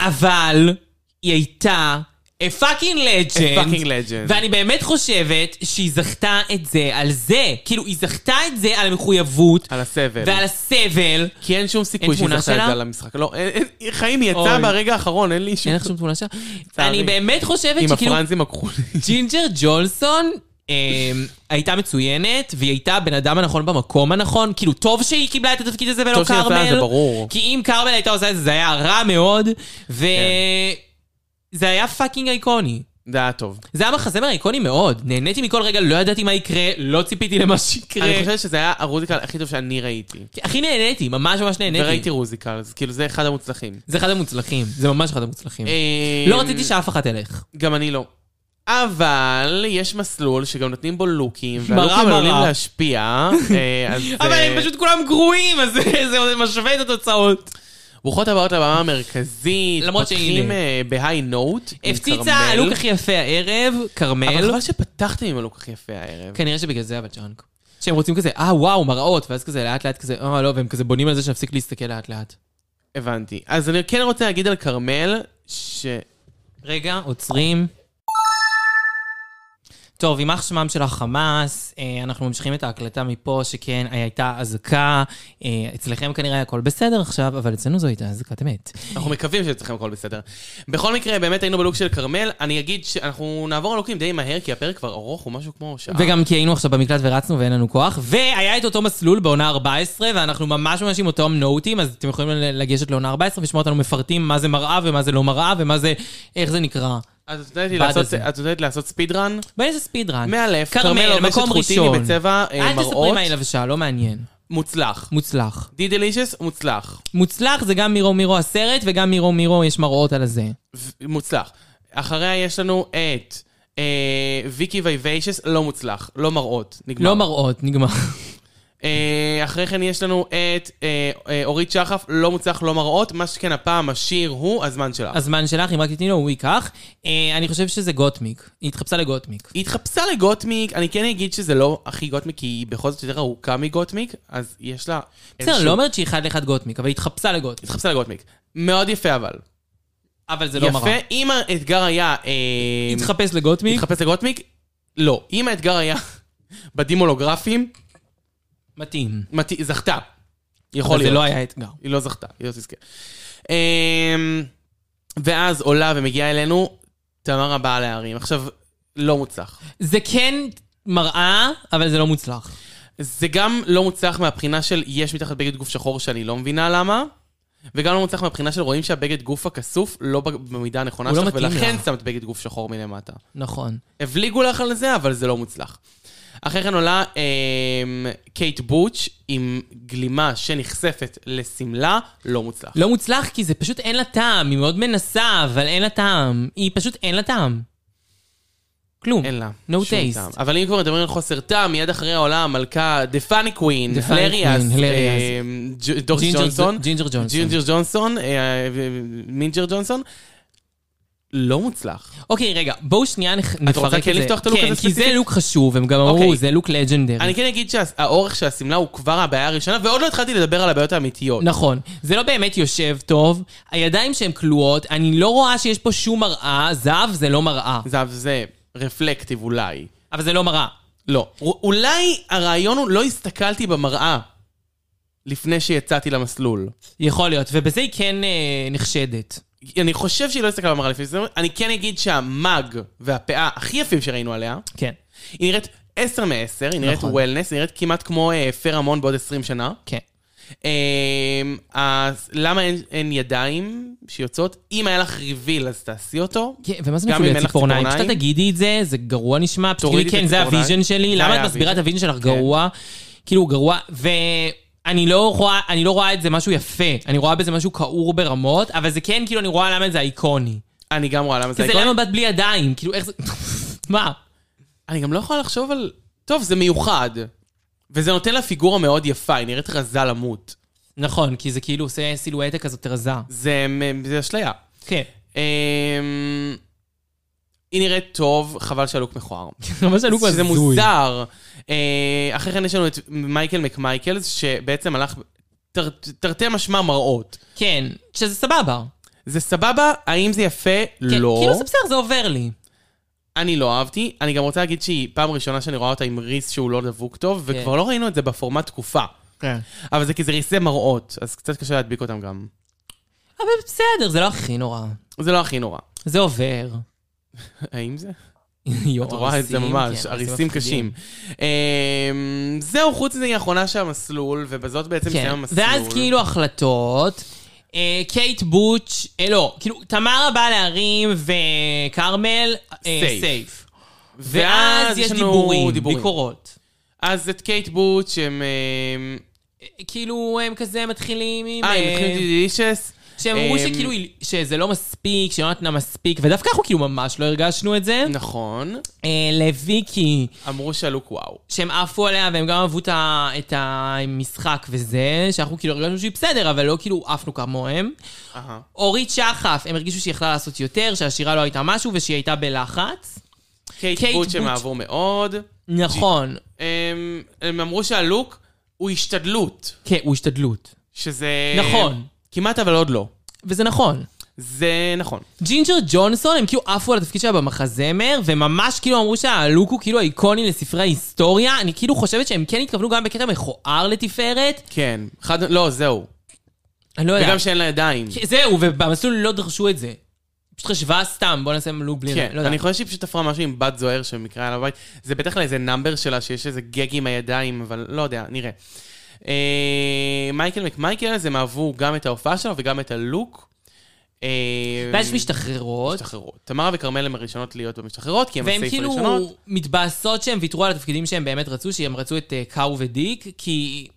אבל היא הייתה a fucking legend.
A fucking legend.
ואני באמת חושבת שהיא זכתה את זה על זה. כאילו, היא זכתה את זה על המחויבות
על הסבל.
ועל הסבל.
כי אין שום סיכוי
אין
שהיא
תמונה
זכתה את
שלה?
זה על המשחק. לא, אין- אין- חיים, היא יצאה
אוי.
ברגע האחרון, אין לי שום...
אין לך שום תמונה שלה?
צערי.
אני באמת חושבת
עם
שכאילו
הפרנזים הכחולים.
ג'ינג'ר ג'ולסון אמ, הייתה מצוינת, והיא הייתה הבן אדם הנכון במקום הנכון. כאילו, טוב שהיא קיבלה את התפקיד הזה ולא
טוב שהיא עשתה את
כרמל.
זה, ברור.
כי אם כרמל הייתה עושה את זה, זה היה רע מאוד. ו...
כן.
זה היה פאקינג אייקוני.
זה היה טוב.
זה היה מחזמר איקוני מאוד. נהניתי מכל רגע, לא ידעתי מה יקרה, לא ציפיתי למה שיקרה.
אני חושבת שזה היה הרוזיקל הכי טוב שאני ראיתי.
הכי נהניתי, ממש ממש נהניתי.
וראיתי רוזיקל, אז כאילו זה אחד המוצלחים.
זה אחד המוצלחים, זה ממש אחד המוצלחים.
אה,
לא רציתי שאף אחת תלך.
גם אני לא. אבל יש מסלול שגם נותנים בו לוקים,
מראה,
והלוקים
מראה.
עלולים להשפיע, אה, אז...
אבל
אה,
הם פשוט כולם גרועים, אז זה משווה את התוצאות.
ברוכות הבאות לבמה המרכזית,
למרות
פותחים
שהנה.
אה, בהיי נוט, עם
הפציצה,
כרמל.
הלוק הכי יפה הערב,
אבל
כרמל.
חבל שפתחתם עם הלוק הכי יפה הערב.
כנראה שבגלל זה אבל ג'אנק. שהם רוצים כזה, אה וואו, מראות, ואז כזה לאט לאט כזה, אה לא, והם כזה בונים על זה שנפסיק להסתכל לאט לאט.
הבנתי. אז אני כן רוצה להגיד על כרמל, ש...
רגע, עוצרים. טוב, יימח שמם של החמאס, אה, אנחנו ממשיכים את ההקלטה מפה, שכן אה, הייתה אזעקה. אה, אצלכם כנראה הכל בסדר עכשיו, אבל אצלנו זו הייתה אזעקת אמת.
אנחנו מקווים שאצלכם הכל בסדר. בכל מקרה, באמת היינו בלוק של כרמל. אני אגיד שאנחנו נעבור על לוקים די מהר, כי הפרק כבר ארוך, הוא משהו כמו שעה.
אה. וגם כי היינו עכשיו במקלט ורצנו ואין לנו כוח. והיה את אותו מסלול בעונה 14, ואנחנו ממש ממש עם אותם נוטים, אז אתם יכולים לגשת לעונה 14 ולשמוע אותנו מפרטים מה זה מראה ומה זה לא מראה ומה זה, איך זה נקרא.
אז את יודעת לי
בד
לעשות-
הזה.
את יודעת לעשות ספיד ראן?
בואי נעשה ספיד ראנד.
מאלף, כרמל
כרמל,
לובשת
מקום
חוטיני
ראשון.
בצבע אה,
אל תספרי
מראות,
מה היא לבשה, לא מעניין.
מוצלח.
מוצלח.
די דלישס, מוצלח.
מוצלח זה גם מירו מירו הסרט, וגם מירו מירו יש מראות על הזה.
ו- מוצלח. אחריה יש לנו את אה, ויקי וייביישס, לא מוצלח, לא מראות, נגמר.
לא מראות, נגמר.
אה, אחרי כן יש לנו את אה, אה, אורית שחף, לא מוצלח, לא מראות, מה שכן הפעם השיר הוא הזמן שלך.
הזמן שלך, אם רק תתני לו, הוא ייקח. אה, אני חושב שזה גוטמיק. היא התחפשה לגוטמיק.
היא התחפשה לגוטמיק, אני כן אגיד שזה לא הכי גוטמיק, כי היא בכל זאת יותר ארוכה מגוטמיק, אז יש לה...
בסדר,
איזשהו-
לא אומרת שהיא אחד לאחד גוטמיק, אבל היא התחפשה לגוטמיק.
התחפשה לגוטמיק. מאוד יפה אבל.
אבל זה לא מראה.
יפה. אם האתגר היה... אה,
התחפש לגוטמיק?
התחפש לגוטמיק? לא. אם האתגר היה בדימולוגרפים,
מתאים.
מת- זכתה. יכול
יכול
להיות.
זה לא היה אתגר.
היא לא זכתה, היא לא תזכה. אמ, ואז עולה ומגיעה אלינו תמרה באה להרים. עכשיו, לא מוצלח.
זה כן מראה, אבל זה לא מוצלח.
זה גם לא מוצלח מהבחינה של יש מתחת בגד גוף שחור שאני לא מבינה למה, וגם לא מוצלח מהבחינה של רואים שהבגד גוף הכסוף לא במידה הנכונה
הוא לא
שלך,
מתאים
ולכן
לך.
שמת בגד גוף שחור מלמטה.
נכון.
הבליגו לך על זה, אבל זה לא מוצלח. אחרי כן עולה אמ, קייט בוטש עם גלימה שנחשפת לשמלה, לא מוצלח.
לא מוצלח כי זה פשוט אין לה טעם, היא מאוד מנסה, אבל אין לה טעם. היא פשוט אין לה טעם. כלום.
אין לה.
No
שום
taste.
טעם. אבל אם כבר מדברים על חוסר טעם, מיד אחרי העולה המלכה, דה פאני קווין,
The Funny
פלריאס,
Queen, הילריאס.
דורס
ג'ינג'ר
אמ, ג'ונסון,
ג'ינג'ר ג'ונסון.
ג'ינג'ר ג'ונסון, אה, אה, מינג'ר ג'ונסון, לא מוצלח.
אוקיי, רגע, בואו שנייה נח- נפרק את זה.
רוצה כן לפתוח את הלוק הזה
כן, כי זה
ספציפית?
לוק חשוב, הם גם אמרו,
אוקיי.
זה לוק לג'נדרי.
אני כן אגיד שהאורך של השמלה הוא כבר הבעיה הראשונה, ועוד לא התחלתי לדבר על הבעיות האמיתיות.
נכון, זה לא באמת יושב טוב, הידיים שהן כלואות, אני לא רואה שיש פה שום מראה, זהב זה לא מראה,
זהב זה רפלקטיב אולי.
אבל זה לא מראה.
לא. א- אולי הרעיון הוא לא הסתכלתי במראה לפני שיצאתי למסלול.
יכול להיות, ובזה היא כן אה, נחשדת.
אני חושב שהיא לא הסתכלה במראה לפני זה, אני כן אגיד שהמאג והפאה הכי יפים שראינו עליה,
כן,
היא נראית 10 מ-10, היא נראית
נכון.
וולנס, היא נראית כמעט כמו אה, פרמון בעוד 20 שנה.
כן.
אמ, אז למה אין, אין ידיים שיוצאות? אם היה לך ריביל אז תעשי אותו.
כן, ומה זה
גם אם
מפעיל
אין לך
ציפורניים?
ציפורניים?
פשוט אל תגידי את זה, זה גרוע נשמע, פשוט
תורידי
תגידי
את
כן, זה
הציפורניים."
הוויז'ן שלי,
זה
למה את
היה
מסבירה את
הוויז'ן.
הוויז'ן שלך
כן.
גרוע? כאילו גרוע, ואני לא רואה, אני לא רואה את זה משהו יפה, אני רואה בזה משהו כעור ברמות, אבל זה כן, כאילו, אני רואה למה זה איקוני.
אני גם רואה למה זה
כי זה
איקוני.
למה בת בלי ידיים, כאילו, איך זה... מה?
אני גם לא יכולה לחשוב על... טוב, זה מיוחד. וזה נותן לה פיגורה מאוד יפה, היא נראית רזה למות.
נכון, כי זה כאילו עושה סילואטה כזאת רזה.
זה, מ- זה אשליה.
כן.
אמ, היא נראית טוב, חבל שהלוק מכוער.
ממש הלוק
שזה
הזוי.
מוזר. אה, אחרי כן יש לנו את מייקל מקמייקלס, שבעצם הלך תר- תרתי משמע מראות.
כן, שזה סבבה.
זה סבבה? האם זה יפה?
כן,
לא.
כאילו זה בסדר, זה עובר לי.
אני לא אהבתי. אני גם רוצה להגיד שהיא פעם ראשונה שאני רואה אותה עם ריס שהוא לא דבוק טוב,
כן.
וכבר לא ראינו את זה בפורמט תקופה.
כן.
אבל זה כי זה ריסי מראות, אז קצת קשה להדביק אותם גם.
אבל בסדר, זה לא הכי נורא.
זה לא הכי נורא.
זה עובר.
האם זה?
יו,
את רואה את זה
הריסים,
ממש,
כן,
הריסים
מפחידים.
קשים. אמ, זהו, חוץ מזה היא האחרונה של המסלול, ובזאת בעצם
כן,
מסיים המסלול.
ואז כאילו החלטות. אה, קייט בוטש, אה, לא, כאילו, תמרה באה להרים וכרמל, אה,
סייף.
סייף. ואז יש דיבורים, ביקורות.
אז את קייט בוט, שהם... אמ,
אה, כאילו, הם כזה מתחילים עם...
אה,
אה,
הם מתחילים דילישס. אמ,
שהם אמרו שכאילו, שזה לא מספיק, שלא נתנה מספיק, ודווקא אנחנו כאילו ממש לא הרגשנו את זה.
נכון.
אה, לוויקי,
אמרו שהלוק וואו.
שהם עפו עליה והם גם אהבו את ה- את המשחק וזה, שאנחנו כאילו הרגשנו שהיא בסדר, אבל לא כאילו עפנו כמוהם.
אהה.
אורית שחף, הם הרגישו שהיא יכלה לעשות יותר, שהשירה לא הייתה משהו ושהיא הייתה בלחץ.
קייט
קייט
בוט שהם
בוט.
אהבו מאוד.
נכון.
אמ, הם אמרו שהלוק הוא השתדלות,
כן, הוא השתדלות.
שזה...
נכון.
כמעט אבל עוד לא.
וזה נכון.
זה נכון.
ג'ינג'ר ג'ונסון, הם כאילו עפו על התפקיד שלה במחזמר, וממש כאילו אמרו שהלוק הוא כאילו איקוני לספרי ההיסטוריה. אני כאילו חושבת שהם כן התכוונו גם בקטע מכוער לתפארת.
כן. חד... לא, זהו.
אני לא
וגם
יודעת.
שאין לה ידיים.
כי זהו, ובמסלול לא דרשו את זה. פשוט חשבה סתם, בוא נעשה לוק בלי...
כן,
לא
אני
יודעת.
חושב שהיא פשוט תפרה משהו עם בת זוהר שבמקרה היה לה בבית. זה בטח לאיזה נאמבר שלה שיש איזה גג עם הידיים, אבל לא יודע, נראה. אה, מייקל מקמייקלס, הם אהבו גם את ההופעה שלו וגם את הלוק. אה,
ואז משתחררות,
משתחררות. תמרה וכרמל הן הראשונות להיות במשתחררות, כי הן
והן
הסעיף
כאילו
הראשונות.
מתבאסות שהן ויתרו על התפקידים שהן באמת רצו, שהן רצו את אה, קאו ודיק, כי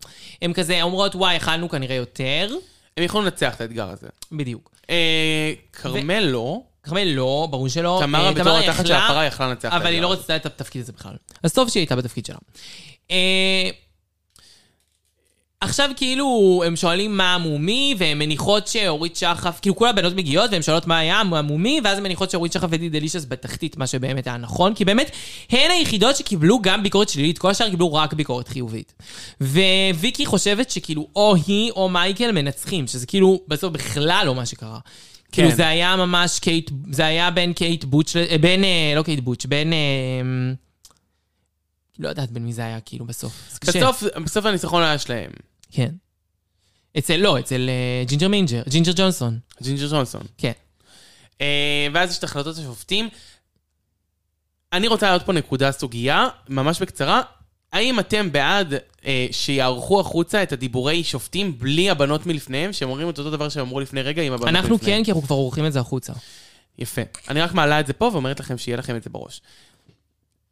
הן כזה אומרות, וואי, אכלנו כנראה יותר.
הם יכולים לנצח את האתגר הזה.
בדיוק.
אה, כרמל לא.
כרמל לא, ברור שלא.
תמרה
אה,
בתור
היא
התחת של
אכלה,
הפרה יכלה לנצח את האתגר.
אבל היא לא רצתה את התפקיד הזה בכלל. אז טוב שהיא הייתה בתפקיד שלה. אה, עכשיו כאילו, הם שואלים מה המומי, והן מניחות שאורית שחף, כאילו כל הבנות מגיעות והן שואלות מה היה המומי, ואז הן מניחות שאורית שחף ודי דלישס בתחתית, מה שבאמת היה נכון, כי באמת, הן היחידות שקיבלו גם ביקורת שלילית, כל השאר קיבלו רק ביקורת חיובית. וויקי חושבת שכאילו, או היא או מייקל מנצחים, שזה כאילו, בסוף בכלל לא מה שקרה.
כן.
כאילו זה היה ממש קייט, זה היה בין קייט בוטש, ל- אה, בין, אה, לא קייט בוטש, בין, אה, לא יודעת בין מי זה היה כאילו בסוף. זה קשה.
בסוף, בסוף הניצחון היה שלהם.
כן. אצל, לא, אצל אה, ג'ינג'ר מינג'ר, ג'ינג'ר ג'ונסון.
ג'ינג'ר ג'ונסון.
כן.
אה, ואז יש את החלטות השופטים. אני רוצה להעלות פה נקודה, סוגיה, ממש בקצרה. האם אתם בעד אה, שיערכו החוצה את הדיבורי שופטים בלי הבנות מלפניהם, שהם אומרים את אותו דבר שהם אמרו לפני רגע עם הבנות
אנחנו
מלפניהם?
כן, כי אנחנו כבר עורכים את זה החוצה.
יפה. אני רק מעלה את זה פה ואומרת לכם שיהיה לכם את זה בראש.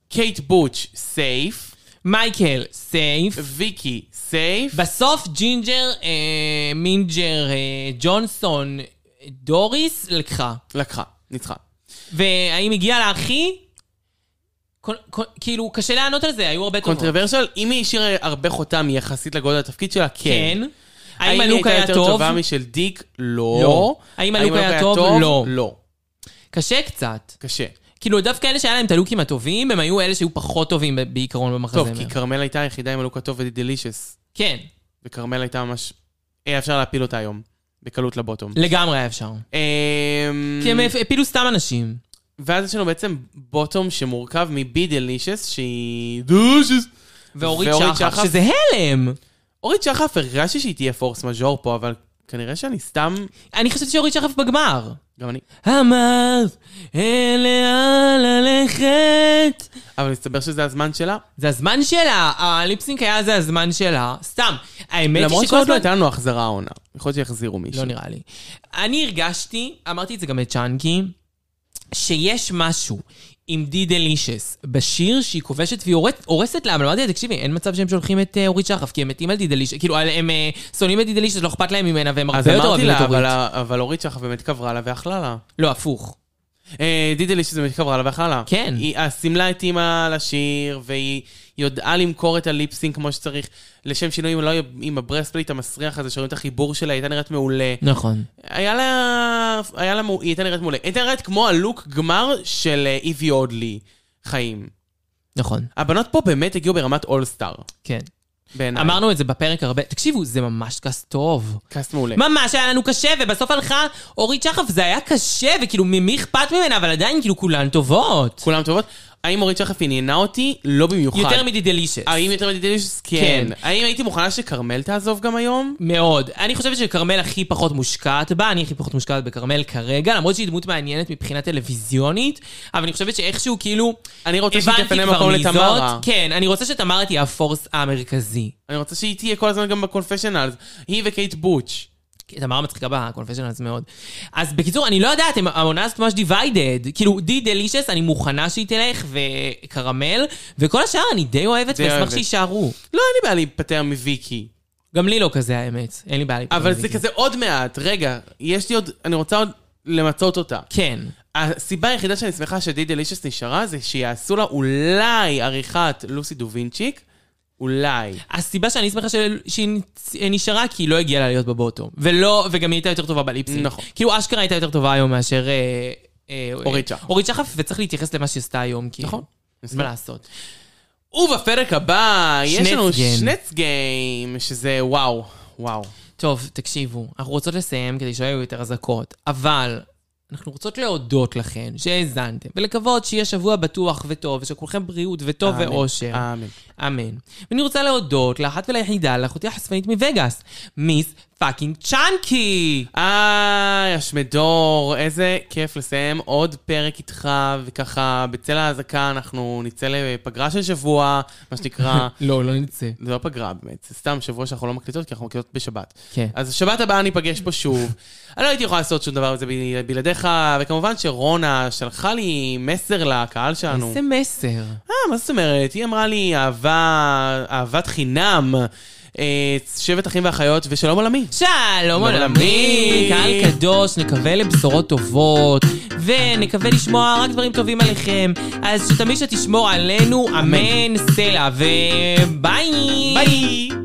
קייט בוטש, סייף.
מייקל, סייף.
ויקי, סייף.
בסוף ג'ינג'ר, אה, מינג'ר, אה, ג'ונסון, אה, דוריס לקחה.
לקחה, ניצחה.
והאם הגיע לה אחי? כל- כל- כאילו, קשה לענות על זה, היו הרבה טובות.
קונטרוברשל, אם היא השאירה הרבה חותם יחסית לגודל התפקיד שלה, כן.
כן. האם הלוק היה
האם היא הייתה יותר
טוב?
טובה משל דיק? לא.
לא. האם הלוק היה טוב? לא.
לא.
קשה קצת.
קשה.
כאילו, דווקא אלה שהיה להם את הלוקים הטובים, הם היו אלה שהיו פחות טובים ב- בעיקרון במחזמר.
טוב, כי כרמל הייתה היחידה עם הלוק הטוב ודלילישס,
כן,
וכרמל הייתה ממש... היה אפשר להפיל אותה היום, בקלות לבוטום.
לגמרי היה אפשר.
אמ,
לא. כי הם הפ- הפילו סתם אנשים.
ואז יש לנו בעצם בוטום שמורכב מבי דלישס, שהיא... דלישס!
ואורית
ואורית
שחף,
שחף.
שזה הלם!
אורית שחף, הרגשתי שהיא תהיה פורס מז'ור פה, אבל כנראה שאני סתם...
אני חשבתי שאורית שחף בגמר.
גם אני.
אמרת, אין לאן ללכת.
אבל מסתבר שזה הזמן שלה.
זה הזמן שלה, הליפסינק היה זה הזמן שלה, סתם. האמת היא
למרות
שכל
שעוד לא
הזמן...
הייתה לנו החזרה העונה. יכול להיות שיחזירו מישהו.
לא נראה לי. אני הרגשתי, אמרתי את זה גם לצ'אנקי, שיש משהו עם די דלישס בשיר שהיא כובשת והיא הורס- הורסת לה, אבל אמרתי לה, תקשיבי, אין מצב שהם שולחים את אה, אורית שחף, כי הם מתים על די דלישס, כאילו, על- הם אה, שונאים את די דלישס, לא אכפת להם ממנה, והם
אז
הרבה יותר
אמרתי
אוהבים את
לה, אבל
אורית.
ה- אבל אורית שחף באמת קברה לה ואכלה לה.
לא, הפוך.
אה, דידלי שזה באמת קברה לה ואכלה לה.
כן.
היא אה, סימלה את אימא לשיר, והיא יודעה למכור את הליפסינג כמו שצריך. לשם שינוי, אם לא היה- עם הברספליט המסריח הזה, שרואים את החיבור שלה, היא הייתה נראית מעולה.
נכון.
היה לה... היה לה... מו- היא הייתה נראית מעולה. היא הייתה נראית כמו הלוק גמר של אה, איבי אודלי חיים.
נכון,
הבנות פה באמת הגיעו ברמת אולסטאר,
כן.
בעיניי.
אמרנו את זה בפרק הרבה, תקשיבו, זה ממש קאסט טוב.
קאסט מעולה.
ממש היה לנו קשה, ובסוף הלכה אורית שחף, זה היה קשה, וכאילו, ממי אכפת ממנה, אבל עדיין, כאילו, כולן טובות.
כולם טובות. האם אורית שחף עניינה אותי? לא במיוחד.
יותר מדי דלישס.
האם יותר מדידליש? כן.
כן.
האם הייתי מוכנה שכרמל תעזוב גם היום?
מאוד. אני חושבת שכרמל הכי פחות מושקעת בה, אני הכי פחות מושקעת בכרמל כרגע, למרות שהיא דמות מעניינת מבחינה טלוויזיונית, אבל אני חושבת שאיכשהו כאילו...
אני רוצה שהיא
הבנתי
תפנה
כבר
מקום
מי
לתמרה.
זאת. כן, אני רוצה שתמרה תהיה הפורס המרכזי.
אני רוצה שהיא תהיה כל הזמן גם בקונפשיונלס. היא וקייט בוטש.
כי תמרה מצחיקה בקונפשיונלס מאוד. אז בקיצור, אני לא יודעת, הם- העונה הזאת ממש דיוויידד. כאילו, די דלישס, אני מוכנה שהיא תלך, וכרמל, וכל השאר אני די אוהבת,
די
ואשמח
אוהבת.
שיישארו.
לא, אין לי בעיה להיפטר מוויקי.
גם לי לא כזה, האמת. אין לי בעיה להיפגע
אבל
מזה.
זה כזה עוד מעט. רגע, יש לי עוד... אני רוצה עוד למצות אותה.
כן.
הסיבה היחידה שאני שמחה שדי דלישס נשארה זה שיעשו לה אולי עריכת לוסי דו וינצ'יק. אולי.
הסיבה שאני שמחה של... שהיא נצ- נשארה, כי היא לא הגיעה לה להיות בבוטום. ולא, וגם היא הייתה יותר טובה בליפסינג.
נכון.
כאילו, אשכרה הייתה יותר טובה היום מאשר... אה, אה,
אורית שחף.
אורית שחף, וצריך להתייחס למה שהיא עשתה היום, כאילו.
נכון.
אז מה לעשות?
ובפרק הבא, יש לנו
שנצגן.
שנץ גיים, שזה וואו, וואו.
טוב, תקשיבו, אנחנו רוצות לסיים כדי שלא יהיו יותר אזעקות, אבל אנחנו רוצות להודות לכן שהאזנתם, ולקוות שיהיה שבוע בטוח וטוב, ושכולכם בריאות וטוב
אמן, אה.
ואושר.
אמן.
אמן. ואני רוצה להודות לאחת וליחידה, לאחותי החשפנית מווגאס, מיס פאקינג צ'אנקי!
היי, השמדור, איזה כיף לסיים עוד פרק איתך, וככה, בצל האזעקה אנחנו נצא לפגרה של שבוע, מה שנקרא.
לא, לא נצא.
זה לא פגרה באמת, זה סתם שבוע שאנחנו לא מקליטות, כי אנחנו מקליטות בשבת.
כן.
אז שבת הבאה ניפגש פה שוב. אני לא הייתי יכולה לעשות שום דבר מזה ב- בלעדיך, וכמובן שרונה שלחה לי מסר לקהל שלנו.
איזה מסר.
אה, מה זאת אומרת? היא אמרה לי אהבה, אהבת חינם, אה, שבט אחים ואחיות, ושלום עולמי.
שלום
עולמי.
עולמי, קהל קדוש, נקווה לבשורות טובות, ונקווה לשמוע רק דברים טובים עליכם. אז שתמיד שתשמור עלינו, אמן, סלע, וביי!
ביי!